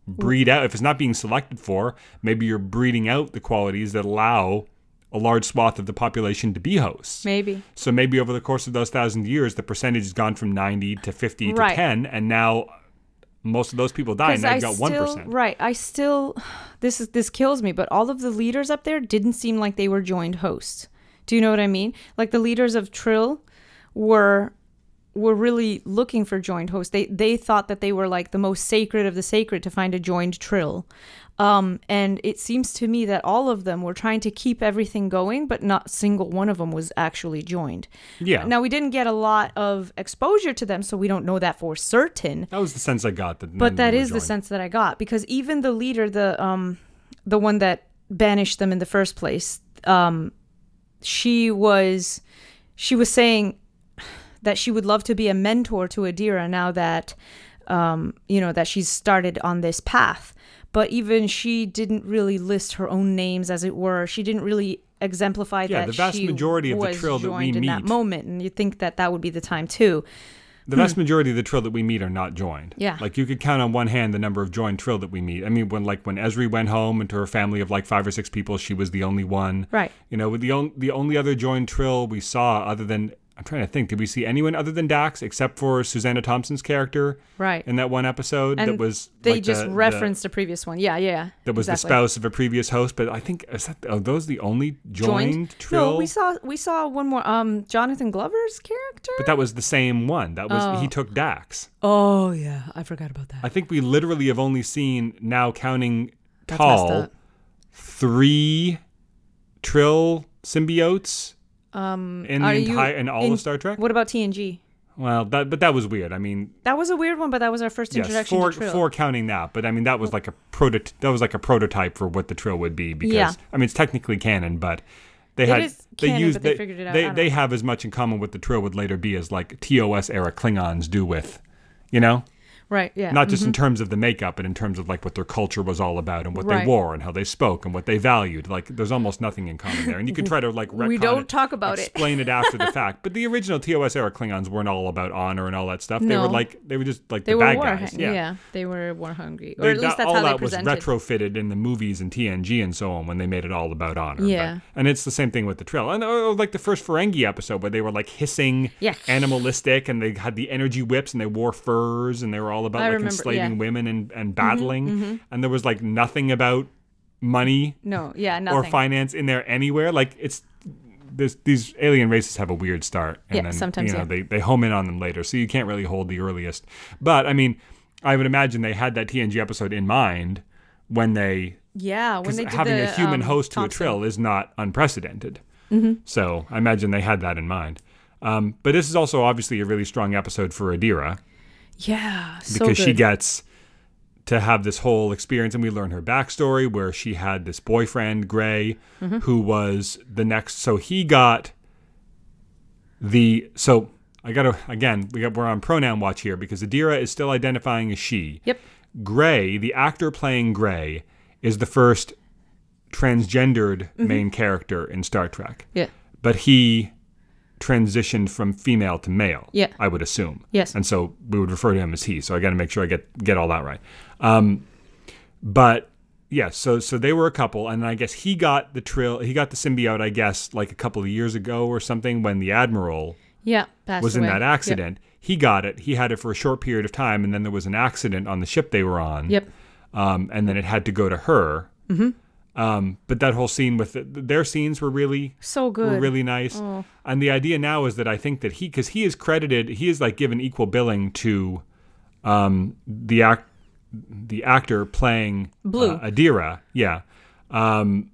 Speaker 1: breed out if it's not being selected for maybe you're breeding out the qualities that allow a large swath of the population to be hosts
Speaker 2: Maybe.
Speaker 1: so maybe over the course of those thousand years the percentage has gone from 90 to 50 to
Speaker 2: Right.
Speaker 1: 10 and now most of those people die and
Speaker 2: Because
Speaker 1: now
Speaker 2: I
Speaker 1: you've got
Speaker 2: still
Speaker 1: 1%
Speaker 2: right. I still this is this kills me, but all of the leaders up there didn't seem like they were joined hosts. Do you know what I mean? Like the leaders of Trill were were really looking for joined hosts. They they thought that they were like the most sacred of the sacred to find a joined Trill. Um, and it seems to me that all of them were trying to keep everything going, but not single one of them was actually joined.
Speaker 1: yeah
Speaker 2: Now we didn't get a lot of exposure to them, so we don't know that for certain
Speaker 1: that was the sense i got that
Speaker 2: but that is the sense that I got because even the leader, the um, the one that banished them in the first place, um, she was she was saying that she would love to be a mentor to Adira now that um, you know that she's started on this path. But even she didn't really list her own names, as it were. She didn't really exemplify
Speaker 1: Yeah,
Speaker 2: that
Speaker 1: the vast
Speaker 2: she
Speaker 1: majority of the
Speaker 2: was
Speaker 1: Trill that we
Speaker 2: joined in that
Speaker 1: meet-
Speaker 2: moment, and you think that that would be the time too.
Speaker 1: The vast majority of the trill that we meet are not joined.
Speaker 2: hmm. Yeah.
Speaker 1: Like you could count on one hand the number of joined trill that we meet. I mean, when like when Esri went home and to her family of like five or six people, she was the only one.
Speaker 2: Right.
Speaker 1: You know, with the only the only other joined trill we saw, other than I'm trying to think, did we see anyone other than Dax except for Susanna Thompson's character
Speaker 2: Right.
Speaker 1: in that one episode that
Speaker 2: And
Speaker 1: was
Speaker 2: They
Speaker 1: like,
Speaker 2: just
Speaker 1: the- the-
Speaker 2: referenced the, previous one. Yeah, yeah.
Speaker 1: that was
Speaker 2: exactly.
Speaker 1: the spouse of a previous host, but I think is that are those the only joined, trill?
Speaker 2: No, we saw we saw one more. Um, Jonathan Glover's character.
Speaker 1: but that was the same one. That was he took Dax.
Speaker 2: oh yeah, I forgot about that.
Speaker 1: I think we literally have only seen now counting
Speaker 2: That's messed
Speaker 1: tall
Speaker 2: up.
Speaker 1: three Trill symbiotes
Speaker 2: Um,
Speaker 1: in the
Speaker 2: are you
Speaker 1: entire in all
Speaker 2: in-
Speaker 1: of Star Trek.
Speaker 2: What about TNG?
Speaker 1: Well, that but that was weird. I mean,
Speaker 2: That was a weird one, but that was our first
Speaker 1: yes,
Speaker 2: introduction
Speaker 1: four
Speaker 2: to Trill.
Speaker 1: four counting that, but I mean that was like a prototype. That was like a prototype for what the Trill would be because
Speaker 2: Yeah.
Speaker 1: I mean it's technically canon, but. They had
Speaker 2: is
Speaker 1: they
Speaker 2: canon,
Speaker 1: used
Speaker 2: but they figured it out. I
Speaker 1: they,
Speaker 2: don't
Speaker 1: they
Speaker 2: know.
Speaker 1: have as much in common with the Trill would later be as like TOS era Klingons do with, you know.
Speaker 2: Right. Yeah.
Speaker 1: not just in terms of the makeup, but in terms of like what their culture was all about and what they
Speaker 2: Right.
Speaker 1: wore and how they spoke and what they valued. Like, there's almost nothing in common there, and you can try to like
Speaker 2: We
Speaker 1: retcon
Speaker 2: don't
Speaker 1: it,
Speaker 2: talk about it.
Speaker 1: explain it after the fact. But the original TOS era Klingons weren't all about honor and all that stuff. They were
Speaker 2: No.
Speaker 1: like they were just like
Speaker 2: they
Speaker 1: the
Speaker 2: were
Speaker 1: bad
Speaker 2: war.
Speaker 1: guys.
Speaker 2: hungry. Yeah. they were war hungry, or
Speaker 1: They-
Speaker 2: at least
Speaker 1: that-
Speaker 2: that's
Speaker 1: all
Speaker 2: how they
Speaker 1: that
Speaker 2: presented.
Speaker 1: was retrofitted in the movies and TNG and so on when they made it all about honor. but-
Speaker 2: Yeah.
Speaker 1: and it's the same thing with the trail. And or, or, like the first Ferengi episode where they were like hissing,
Speaker 2: Yeah.
Speaker 1: animalistic, and they had the energy whips and they wore furs and they were all about
Speaker 2: I
Speaker 1: like
Speaker 2: remember,
Speaker 1: enslaving
Speaker 2: yeah. Mm-hmm,
Speaker 1: women and, and battling. And there was like nothing about money
Speaker 2: no. Yeah. Nothing.
Speaker 1: or finance in there anywhere. Like it's this, these alien races have a weird start, and
Speaker 2: Yeah,
Speaker 1: then
Speaker 2: sometimes,
Speaker 1: you know
Speaker 2: yeah.
Speaker 1: they they home in on them later, so you can't really hold the earliest. But I mean, I would imagine they had that TNG episode in mind when they
Speaker 2: Yeah. When they did
Speaker 1: having
Speaker 2: the,
Speaker 1: a human
Speaker 2: um,
Speaker 1: host to a
Speaker 2: Thompson. Mm-hmm.
Speaker 1: trill is not unprecedented. So I imagine they had that in mind. Um, but this is also obviously a really strong episode for Adira
Speaker 2: Yeah. So
Speaker 1: because she
Speaker 2: good.
Speaker 1: gets to have this whole experience and we learn her backstory where she had this boyfriend gray
Speaker 2: Mm-hmm.
Speaker 1: who was the next so he got the so i gotta again we got we're on pronoun watch here because adira is still identifying as she
Speaker 2: Yep.
Speaker 1: gray the actor playing gray is the first transgendered
Speaker 2: Mm-hmm.
Speaker 1: main character in star trek
Speaker 2: Yeah.
Speaker 1: but he transitioned from female to male.
Speaker 2: Yeah.
Speaker 1: I would assume.
Speaker 2: Yes.
Speaker 1: And so we would refer to him as he. So I got to make sure I get get all that right. Um, but yeah, so so they were a couple, and I guess he got the trill. He got the symbiote, I guess, like a couple of years ago or something when the admiral
Speaker 2: Yeah. Passed
Speaker 1: was in
Speaker 2: away.
Speaker 1: that accident. He got it. He had it for a short period of time, and then there was an accident on the ship they were on
Speaker 2: Yep. yep.
Speaker 1: um, and then it had to go to her.
Speaker 2: Mm-hmm.
Speaker 1: Um, but that whole scene with their scenes were really
Speaker 2: So
Speaker 1: were
Speaker 2: good.
Speaker 1: really nice.
Speaker 2: Oh.
Speaker 1: And the idea now is that I think that he, because he is credited, he is like given equal billing to um, the act, the actor playing
Speaker 2: Blue.
Speaker 1: uh, Adira. Yeah, um,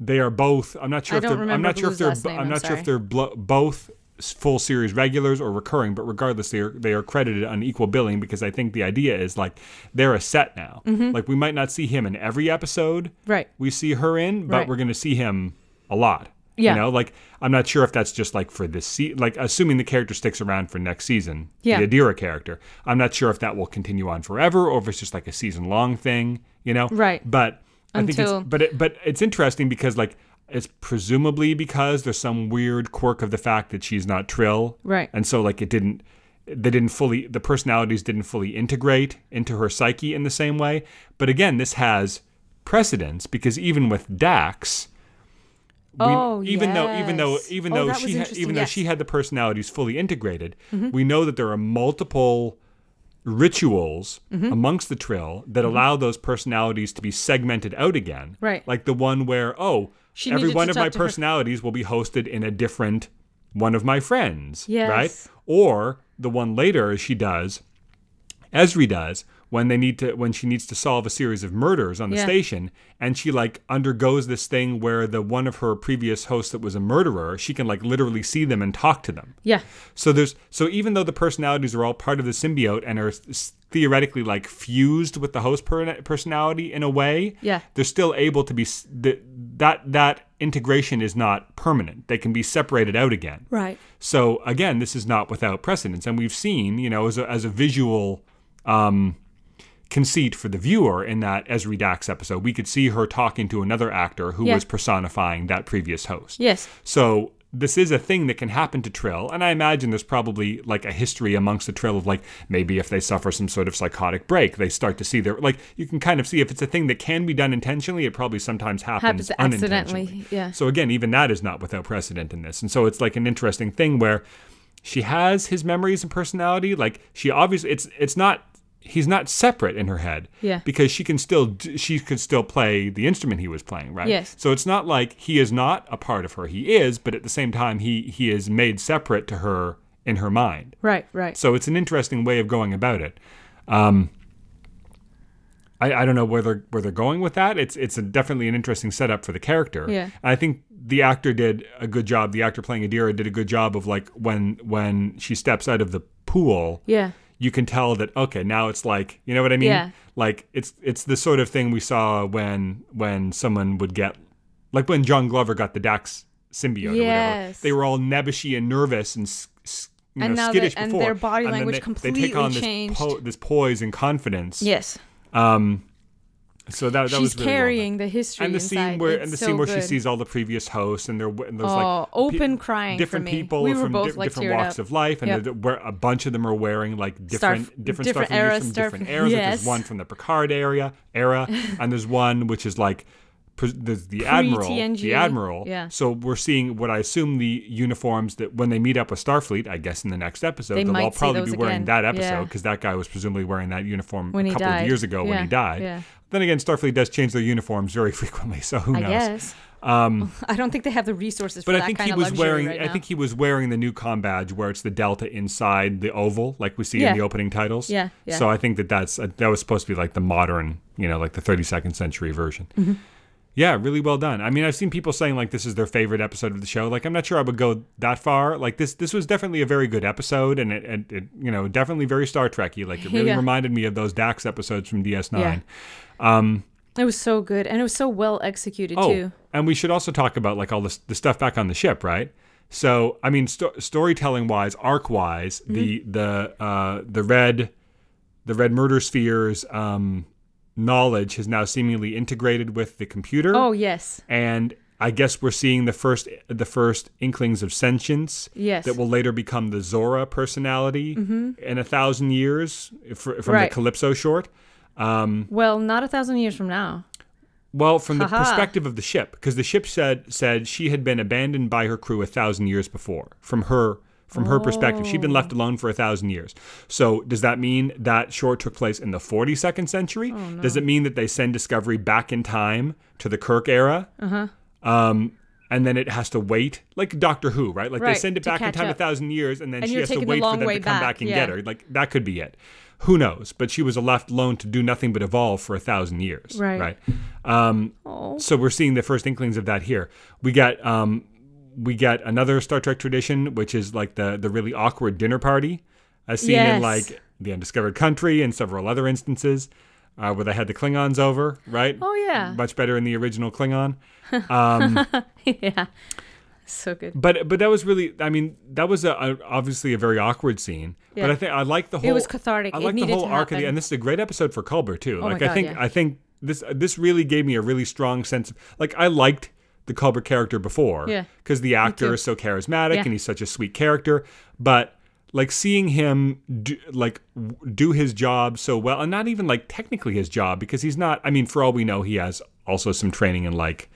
Speaker 1: they are both. I'm not sure.
Speaker 2: I
Speaker 1: if
Speaker 2: don't
Speaker 1: they're, I'm
Speaker 2: remember
Speaker 1: not sure if
Speaker 2: Blue's
Speaker 1: they're.
Speaker 2: last name,
Speaker 1: I'm
Speaker 2: I'm
Speaker 1: not sure
Speaker 2: sorry.
Speaker 1: if they're blo- both s- full series regulars or recurring, but regardless, they are they are credited on equal billing because I think the idea is like they're a set now.
Speaker 2: Mm-hmm.
Speaker 1: Like we might not see him in every episode
Speaker 2: Right.
Speaker 1: we see her in, but
Speaker 2: Right.
Speaker 1: we're going to see him a lot.
Speaker 2: Yeah.
Speaker 1: You know, like I'm not sure if that's just like for this season, like assuming the character sticks around for next season,
Speaker 2: Yeah.
Speaker 1: the Adira character. I'm not sure if that will continue on forever or if it's just like a season long thing, you know?
Speaker 2: Right.
Speaker 1: But I think
Speaker 2: Until-
Speaker 1: it's, but it, but it's interesting because like it's presumably because there's some weird quirk of the fact that she's not Trill.
Speaker 2: Right.
Speaker 1: And so like it didn't they didn't fully the personalities didn't fully integrate into her psyche in the same way. But again, this has precedence because even with Dax we,
Speaker 2: Oh,
Speaker 1: even though even though
Speaker 2: yes.
Speaker 1: even
Speaker 2: Oh,
Speaker 1: though
Speaker 2: that was
Speaker 1: she ha-
Speaker 2: interesting,
Speaker 1: even
Speaker 2: yes. Mm-hmm.
Speaker 1: though she had the personalities fully integrated, we know that there are multiple rituals
Speaker 2: Mm-hmm.
Speaker 1: amongst the trill that allow those personalities to be segmented out again.
Speaker 2: Right.
Speaker 1: Like the one where, oh,
Speaker 3: She
Speaker 1: every
Speaker 3: needed
Speaker 1: one
Speaker 3: to
Speaker 1: of my
Speaker 3: talk to her-
Speaker 1: personalities will be hosted in a different one of my friends.
Speaker 2: Yes.
Speaker 1: Right? Or the one later as she does, Esri does, when they need to when she needs to solve a series of murders on the
Speaker 2: Yeah.
Speaker 1: station, and she like undergoes this thing where the one of her previous hosts that was a murderer, she can like literally see them and talk to them.
Speaker 2: Yeah.
Speaker 1: So there's so even though the personalities are all part of the symbiote and are s- theoretically like fused with the host per- personality in a way,
Speaker 2: Yeah.
Speaker 1: they're still able to be s- th- that that integration is not permanent. They can be separated out again.
Speaker 2: Right.
Speaker 1: So again, this is not without precedence, and we've seen, you know, as a, as a visual um, conceit for the viewer in that Esri Dax episode, we could see her talking to another actor who
Speaker 2: Yeah.
Speaker 1: was personifying that previous host.
Speaker 2: Yes.
Speaker 1: So this is a thing that can happen to Trill, and I imagine there's probably like a history amongst the Trill of like maybe if they suffer some sort of psychotic break, they start to see their like you can kind of see if it's a thing that can be done intentionally, it probably sometimes happens,
Speaker 2: Happens
Speaker 1: unintentionally.
Speaker 2: accidentally, yeah.
Speaker 1: So again, even that is not without precedent in this, and so it's like an interesting thing where she has his memories and personality. Like she obviously, it's it's not. He's not separate in her head,
Speaker 2: Yeah.
Speaker 1: Because she can still d- she could still play the instrument he was playing, right?
Speaker 2: Yes.
Speaker 1: So it's not like he is not a part of her. He is, but at the same time, he he is made separate to her in her mind.
Speaker 2: Right. Right.
Speaker 1: So it's an interesting way of going about it. Um, I, I don't know where they're where they're going with that. It's it's a, definitely an interesting setup for the character.
Speaker 2: Yeah.
Speaker 1: And I think the actor did a good job. The actor playing Adira did a good job of like when when she steps out of the pool
Speaker 2: yeah.
Speaker 1: you can tell that okay now it's like you know what i mean
Speaker 2: Yeah.
Speaker 1: like it's it's the sort of thing we saw when when someone would get like when john glover got the dax symbiote or whatever
Speaker 2: Yes.
Speaker 1: they were all nebbishy and nervous and s- s- you
Speaker 2: And
Speaker 1: know,
Speaker 2: now they-
Speaker 1: skittish
Speaker 2: and
Speaker 1: before
Speaker 2: their body
Speaker 1: and then
Speaker 2: language
Speaker 1: they, they take
Speaker 2: completely
Speaker 1: on this,
Speaker 2: changed.
Speaker 1: po- this poise and confidence Um,
Speaker 2: Yes.
Speaker 1: so that, that
Speaker 2: She's
Speaker 1: was really well done.
Speaker 2: carrying the history
Speaker 1: and the
Speaker 2: inside.
Speaker 1: scene where
Speaker 2: It's
Speaker 1: and the
Speaker 2: so
Speaker 1: scene where she
Speaker 2: good.
Speaker 1: sees all the previous hosts and they're and there's
Speaker 2: Oh,
Speaker 1: like
Speaker 2: open crying for
Speaker 1: different
Speaker 2: me.
Speaker 1: people
Speaker 2: We were
Speaker 1: from di-
Speaker 2: both, like,
Speaker 1: different
Speaker 2: teared
Speaker 1: walks
Speaker 2: up.
Speaker 1: of life and
Speaker 2: Yep.
Speaker 1: they're- where a bunch of them are wearing like
Speaker 2: Star-
Speaker 1: different different,
Speaker 2: different
Speaker 1: stuff
Speaker 2: eras,
Speaker 1: from
Speaker 2: Star-
Speaker 1: different eras like there's
Speaker 2: Yes.
Speaker 1: one from the Picard area era and there's one which is like pres- there's the admiral
Speaker 2: Pre-TNG.
Speaker 1: the admiral
Speaker 2: Yeah.
Speaker 1: so we're seeing what I assume the uniforms that when they meet up with Starfleet I guess in the next episode
Speaker 2: They
Speaker 1: will all
Speaker 2: might see
Speaker 1: probably be
Speaker 2: those
Speaker 1: wearing
Speaker 2: again.
Speaker 1: that
Speaker 2: Yeah.
Speaker 1: episode because that guy was presumably wearing that uniform
Speaker 2: When
Speaker 1: a
Speaker 2: he
Speaker 1: couple of
Speaker 2: died.
Speaker 1: years ago when
Speaker 2: Yeah.
Speaker 1: he died
Speaker 2: Yeah.
Speaker 1: then again, Starfleet does change their uniforms very frequently, so who
Speaker 2: I
Speaker 1: knows?
Speaker 2: guess. I don't think they have the resources for
Speaker 1: Um, But
Speaker 2: that
Speaker 1: I think
Speaker 2: kind
Speaker 1: he
Speaker 2: of
Speaker 1: was
Speaker 2: luxury
Speaker 1: wearing.
Speaker 2: right
Speaker 1: I
Speaker 2: now.
Speaker 1: think he was wearing the new com badge, where it's the delta inside the oval, like we see
Speaker 2: Yeah.
Speaker 1: in the opening titles.
Speaker 2: Yeah, yeah.
Speaker 1: So I think that that's uh, that was supposed to be like the modern, you know, like the 32nd century version.
Speaker 2: Mm-hmm.
Speaker 1: Yeah, really well done. I mean, I've seen people saying like this is their favorite episode of the show. Like, I'm not sure I would go that far. Like this, this was definitely a very good episode, and it, it, it you know, definitely very Star Trekky. Like it really
Speaker 2: Yeah.
Speaker 1: reminded me of those Dax episodes from DS9.
Speaker 2: Yeah. it was so good, and it was so well executed
Speaker 1: Oh.
Speaker 2: too.
Speaker 1: and we should also talk about like all this the stuff back on the ship, right? So, I mean, sto- storytelling wise, arc wise,
Speaker 2: Mm-hmm.
Speaker 1: the the uh, the red the red murder spheres um, knowledge has now seemingly integrated with the computer,
Speaker 2: Oh yes,
Speaker 1: and I guess we're seeing the first the first inklings of sentience
Speaker 2: Yes. Mm-hmm.
Speaker 1: that will later become the Zora personality in a thousand years fr- from
Speaker 2: Right.
Speaker 1: the Calypso short. Mm.
Speaker 2: well, not a thousand years from now.
Speaker 1: Well, from the
Speaker 2: Ha-ha.
Speaker 1: perspective of the ship, because the ship said said she had been abandoned by her crew a thousand years before, from her from her perspective. She'd been left
Speaker 2: Oh.
Speaker 1: alone for a thousand years. So, does that mean that shore took place in the 42nd century?
Speaker 2: Oh,
Speaker 1: Does it mean that they send Discovery back in time to the Kirk era?
Speaker 2: Uh-huh.
Speaker 1: Um, and then it has to wait, like Doctor Who, right? Like
Speaker 2: Right,
Speaker 1: they send it
Speaker 2: to
Speaker 1: back in
Speaker 2: catch
Speaker 1: time a
Speaker 2: up.
Speaker 1: thousand years, and then
Speaker 2: And
Speaker 1: she
Speaker 2: you're
Speaker 1: has to
Speaker 2: taking the
Speaker 1: wait for
Speaker 2: long
Speaker 1: them
Speaker 2: way
Speaker 1: to come
Speaker 2: back,
Speaker 1: back and
Speaker 2: yeah.
Speaker 1: get her. Like that could be it. Who knows? But she was left alone to do nothing but evolve for a thousand years,
Speaker 2: Right.
Speaker 1: Right. Um,
Speaker 2: Oh.
Speaker 1: so we're seeing the first inklings of that here. We got um, we got another Star Trek tradition, which is like the the really awkward dinner party, as seen
Speaker 2: Yes.
Speaker 1: in like the Undiscovered Country and several other instances, uh, where they had the Klingons over, right?
Speaker 2: Oh, yeah.
Speaker 1: much better in the original Klingon.
Speaker 2: yeah. So good.
Speaker 1: But but that was really I mean that was a, a- obviously a very awkward scene.
Speaker 2: Yeah.
Speaker 1: But I think I like the whole
Speaker 2: was cathartic.
Speaker 1: I
Speaker 2: It
Speaker 1: like the
Speaker 2: needed
Speaker 1: whole
Speaker 2: to
Speaker 1: arc of the
Speaker 2: happen. Oh
Speaker 1: and this is a great episode for Culber too.
Speaker 2: my
Speaker 1: like
Speaker 2: God,
Speaker 1: I think
Speaker 2: yeah.
Speaker 1: I think this this really gave me a really strong sense of like I liked the Culber character before
Speaker 2: Yeah.
Speaker 1: because the actor
Speaker 2: too.
Speaker 1: is so charismatic
Speaker 2: Yeah.
Speaker 1: and he's such a sweet character, but like seeing him do, like w- do his job so well and not even like technically his job because he's not I mean for all we know he has also some training in like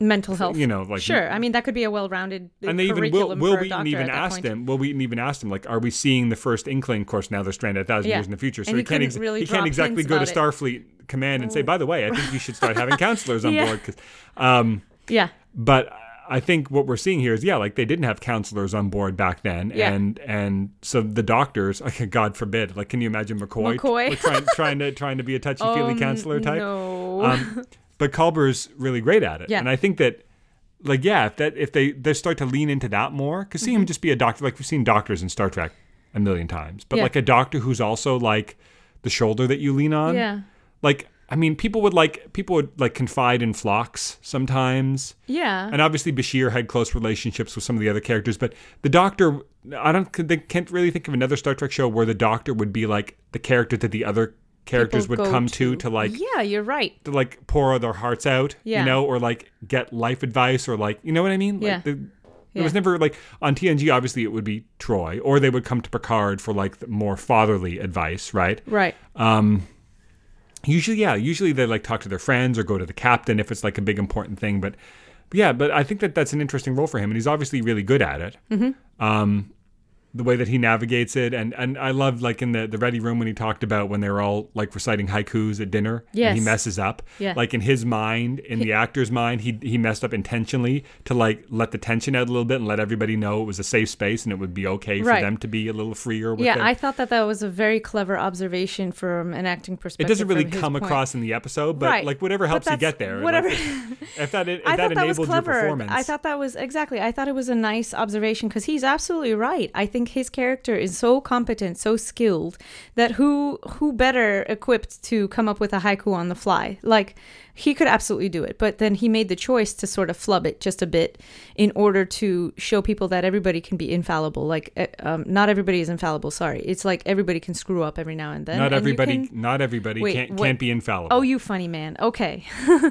Speaker 2: Mental health.
Speaker 1: you know, like-
Speaker 2: Sure. I mean, that could be a well rounded
Speaker 1: Mm. and they even will, will Wheaton even asked him Will Wheaton even asked him like are we seeing the first inkling of course now they're stranded a thousand
Speaker 2: Yeah.
Speaker 1: years in the future so
Speaker 2: And
Speaker 1: he,
Speaker 2: he
Speaker 1: can't
Speaker 2: couldn't really
Speaker 1: he can't
Speaker 2: drop
Speaker 1: exactly
Speaker 2: hints
Speaker 1: go to
Speaker 2: about it.
Speaker 1: Starfleet command and say by the way I think you should start having counselors on
Speaker 2: Yeah.
Speaker 1: board 'cause- um,
Speaker 2: Yeah.
Speaker 1: but I think what we're seeing here is yeah like they didn't have counselors on board back then
Speaker 2: Yeah.
Speaker 1: and and so the doctors like, God forbid like can you imagine McCoy,
Speaker 2: McCoy.
Speaker 1: like, trying, trying to trying to be a touchy feely
Speaker 2: Um,
Speaker 1: counselor type
Speaker 2: No.
Speaker 1: um, but Culber's really great at it,
Speaker 2: Yeah.
Speaker 1: and I think that, like, yeah, if that if they they start to lean into that more, because
Speaker 2: Mm-hmm.
Speaker 1: see him just be a doctor, like we've seen doctors in Star Trek a million times, but
Speaker 2: Yeah.
Speaker 1: like a doctor who's also like the shoulder that you lean on,
Speaker 2: yeah.
Speaker 1: Like, I mean, people would like people would like confide in flocks sometimes.
Speaker 2: Yeah.
Speaker 1: And obviously, Bashir had close relationships with some of the other characters, but the Doctor, I don't, they can't really think of another Star Trek show where the Doctor would be like the character that the other characters
Speaker 2: People
Speaker 1: would
Speaker 2: go
Speaker 1: come to to like
Speaker 2: yeah, you're right.
Speaker 1: to like pour their hearts out,
Speaker 2: Yeah.
Speaker 1: you know, or like get life advice or like, you know what I mean? Like
Speaker 2: Yeah.
Speaker 1: the, It was
Speaker 2: Yeah.
Speaker 1: never like on TNG. Obviously, it would be Troy, or they would come to Picard for like the more fatherly advice, right?
Speaker 2: Right.
Speaker 1: Usually, yeah. Usually, they like talk to their friends or go to the captain if it's like a big important thing. But yeah, but I think that that's an interesting role for him, and he's obviously really good at it. Mm-hmm. Um, the way that he navigates it, and and I loved like in the the ready room when he talked about when they were all like reciting haikus at dinner. and
Speaker 2: Yes.
Speaker 1: he messes up.
Speaker 2: Yeah.
Speaker 1: like in his mind, in the actor's mind, he he messed up intentionally to like let the tension out a little bit and let everybody know it was a safe space and it would be okay for
Speaker 2: Right.
Speaker 1: them to be a little freer. With
Speaker 2: Yeah,
Speaker 1: their,
Speaker 2: I thought that that was a very clever observation from an acting perspective.
Speaker 1: it doesn't really
Speaker 2: from his
Speaker 1: come
Speaker 2: point.
Speaker 1: across in the episode, but
Speaker 2: Right.
Speaker 1: like whatever
Speaker 2: But
Speaker 1: helps you
Speaker 2: that's-
Speaker 1: get there. like,
Speaker 2: whatever-
Speaker 1: if, if that if
Speaker 2: I
Speaker 1: that
Speaker 2: thought that was
Speaker 1: enabled your
Speaker 2: clever.
Speaker 1: performance,
Speaker 2: I thought that was exactly. I thought it was a nice observation because he's absolutely right. I think his character is so competent, so skilled that who who better equipped to come up with a haiku on the fly? Like he could absolutely do it, but then he made the choice to sort of flub it just a bit in order to show people that everybody can be infallible. Like uh, um, not everybody is infallible. Sorry, it's like everybody can screw up every now and then.
Speaker 1: not
Speaker 2: and you
Speaker 1: everybody
Speaker 2: can-
Speaker 1: not everybody
Speaker 2: Wait,
Speaker 1: can't
Speaker 2: what-
Speaker 1: can't be infallible.
Speaker 2: Oh, you funny man. Okay.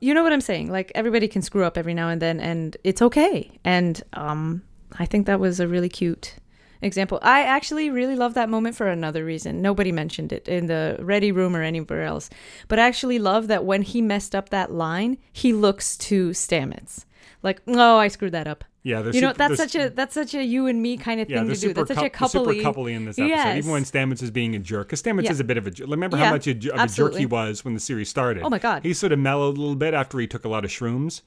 Speaker 2: you know what I'm saying? Like everybody can screw up every now and then and it's okay. And um I think that was a really cute example. I actually really love that moment for another reason. Nobody mentioned it in the ready room or anywhere else. But I actually love that when he messed up that line, he looks to Stamets. Like, oh, I screwed that up.
Speaker 1: yeah, they're
Speaker 2: You know,
Speaker 1: super-
Speaker 2: that's
Speaker 1: they're-
Speaker 2: such a that's such a you and me kind of
Speaker 1: yeah,
Speaker 2: thing
Speaker 1: they're
Speaker 2: to do.
Speaker 1: super,
Speaker 2: That's such a
Speaker 1: cou- they're
Speaker 2: coupley.
Speaker 1: super coupley in this episode.
Speaker 2: Yes.
Speaker 1: Even when Stamets is being a jerk, because Stamets
Speaker 2: Yeah.
Speaker 1: is a bit of a jerk. Remember
Speaker 2: Yeah,
Speaker 1: how much a, j- of a jerk
Speaker 2: absolutely.
Speaker 1: he was when the series started?
Speaker 2: Oh my God.
Speaker 1: he sort of mellowed a little bit after he took a lot of shrooms.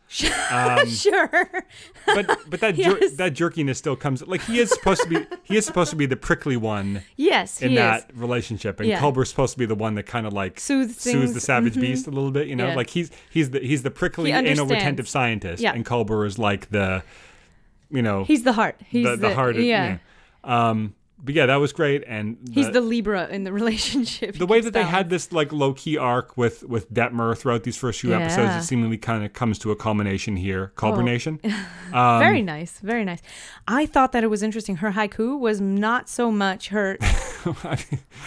Speaker 1: um,
Speaker 2: sure.
Speaker 1: But but that
Speaker 2: Yes.
Speaker 1: jer- that jerkiness still comes. Like he is supposed to be he is supposed to be the prickly one.
Speaker 2: yes,
Speaker 1: in
Speaker 2: he is.
Speaker 1: that relationship, and
Speaker 2: Yeah.
Speaker 1: Culber's supposed to be the one that kind of like
Speaker 2: Soothes
Speaker 1: soothes the
Speaker 2: things,
Speaker 1: savage beast a little bit, you know,
Speaker 2: mm-hmm. Yeah.
Speaker 1: like he's he's the he's the prickly
Speaker 2: He
Speaker 1: anal
Speaker 2: understands.
Speaker 1: retentive scientist,
Speaker 2: Yeah.
Speaker 1: and Culber is like the, you know,
Speaker 2: He's the heart. He's
Speaker 1: the, the heart. of-
Speaker 2: Yeah.
Speaker 1: yeah. Um, but yeah, that was great, and
Speaker 2: He's the Libra in the relationship.
Speaker 1: the way that they had this like low key arc with with Detmer throughout these first few episodes,
Speaker 2: Yeah.
Speaker 1: it seemingly kind of comes to a culmination here. Culber
Speaker 2: Oh.
Speaker 1: Nation.
Speaker 2: very
Speaker 1: um,
Speaker 2: nice, very nice. I thought that it was interesting. Her haiku was not so much her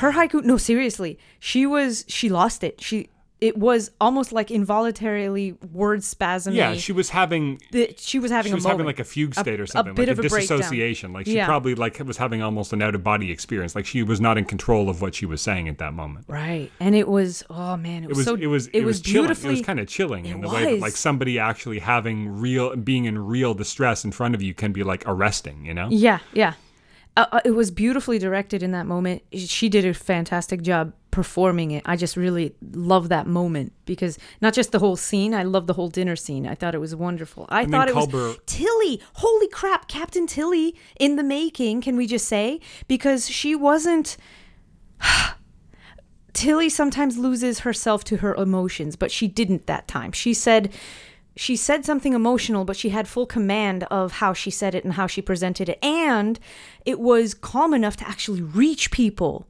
Speaker 2: her haiku. No, seriously, she was she lost it. She it was almost like involuntarily word spasm.
Speaker 1: yeah, she was having
Speaker 2: that she was having
Speaker 1: she
Speaker 2: a
Speaker 1: was
Speaker 2: moment.
Speaker 1: having like a fugue state or
Speaker 2: a
Speaker 1: something,
Speaker 2: bit
Speaker 1: like
Speaker 2: of
Speaker 1: a
Speaker 2: a breakdown.
Speaker 1: disassociation. Like she
Speaker 2: Yeah.
Speaker 1: probably like was having almost an out of body experience. Like she was not in control of what she was saying at that moment.
Speaker 2: right, and it was oh man, it
Speaker 1: It
Speaker 2: was,
Speaker 1: was
Speaker 2: so
Speaker 1: it was it, was, chilling. It
Speaker 2: beautifully
Speaker 1: was kind of chilling in
Speaker 2: It
Speaker 1: the way that
Speaker 2: was.
Speaker 1: like somebody actually having real being in real distress in front of you can be like arresting. You know,
Speaker 2: yeah yeah. uh, it was beautifully directed in that moment. She did a fantastic job performing it. I just really love that moment because not just the whole scene, I love the whole dinner scene. I thought it was wonderful. I
Speaker 1: And then
Speaker 2: thought it was
Speaker 1: Culber-
Speaker 2: Tilly. Holy crap, Captain Tilly in the making, can we just say? Because she wasn't Tilly sometimes loses herself to her emotions, but she didn't that time. She said she said something emotional, but she had full command of how she said it and how she presented it. And it was calm enough to actually reach people.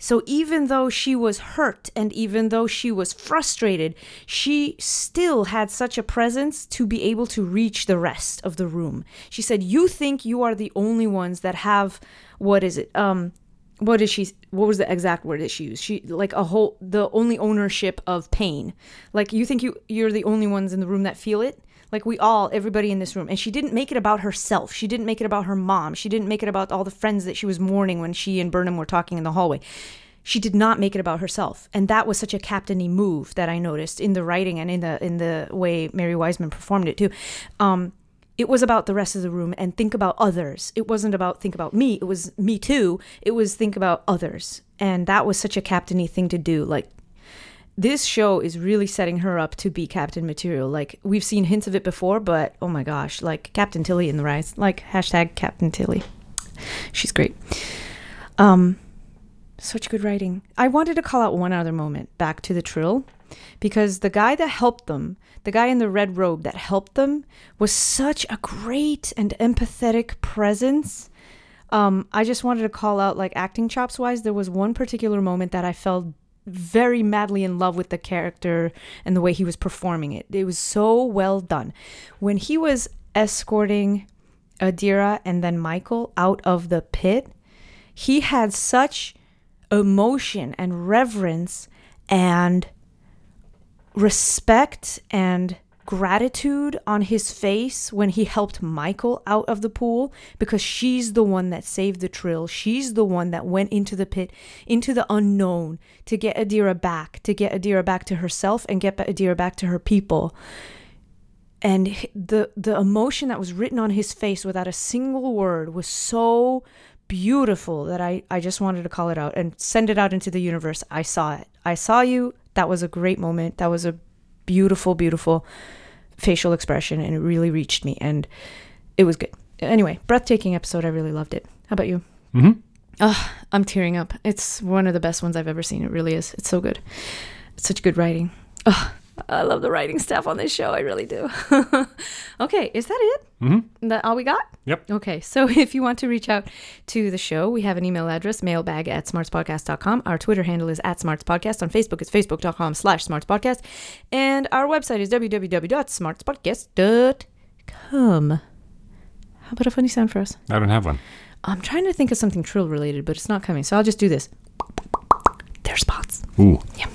Speaker 2: So even though she was hurt and even though she was frustrated, she still had such a presence to be able to reach the rest of the room. She said, "You think you are the only ones that have what is it? Um what is she what was the exact word that she used she like a whole the only ownership of pain like you think you you're the only ones in the room that feel it like we all everybody in this room and she didn't make it about herself she didn't make it about her mom she didn't make it about all the friends that she was mourning when she and burnham were talking in the hallway she did not make it about herself and that was such a captainy move that i noticed in the writing and in the in the way mary wiseman performed it too um it was about the rest of the room and think about others. It wasn't about think about me. It was me too. It was think about others. And that was such a captainy thing to do. Like this show is really setting her up to be captain material. Like we've seen hints of it before, but oh my gosh, like Captain Tilly in the rise. Like hashtag Captain Tilly. She's great. Um such good writing. I wanted to call out one other moment back to the trill because the guy that helped them, the guy in the red robe that helped them, was such a great and empathetic presence. Um, I just wanted to call out, like acting chops wise, there was one particular moment that I felt very madly in love with the character and the way he was performing it. It was so well done. When he was escorting Adira and then Michael out of the pit, he had such emotion and reverence and respect and gratitude on his face when he helped Michael out of the pool because she's the one that saved the trill. She's the one that went into the pit, into the unknown to get Adira back, to get Adira back to herself and get Adira back to her people. And h- the the emotion that was written on his face without a single word was so beautiful that I, I just wanted to call it out and send it out into the universe. I saw it. I saw you. That was a great moment. That was a beautiful, beautiful facial expression, and it really reached me. And it was good. Anyway, breathtaking episode. I really loved it. How about you?
Speaker 1: Mm-hmm.
Speaker 2: Ugh, I'm tearing up. It's one of the best ones I've ever seen. It really is. It's so good. It's such good writing. Ugh, I love the writing staff on this show. I really do. okay, is that it? Mm-hmm. That all we got?
Speaker 1: Yep.
Speaker 2: Okay, so if you want to reach out to the show, we have an email address, mailbag at smartspodcast.com. Our Twitter handle is at smartspodcast. On Facebook, it's facebook.com slash smartspodcast. And our website is www.smartspodcast.com. How about a funny sound for us?
Speaker 1: I don't have one.
Speaker 2: I'm trying to think of something Trill related, but it's not coming, so I'll just do this. There's spots.
Speaker 1: Ooh.
Speaker 2: Yeah.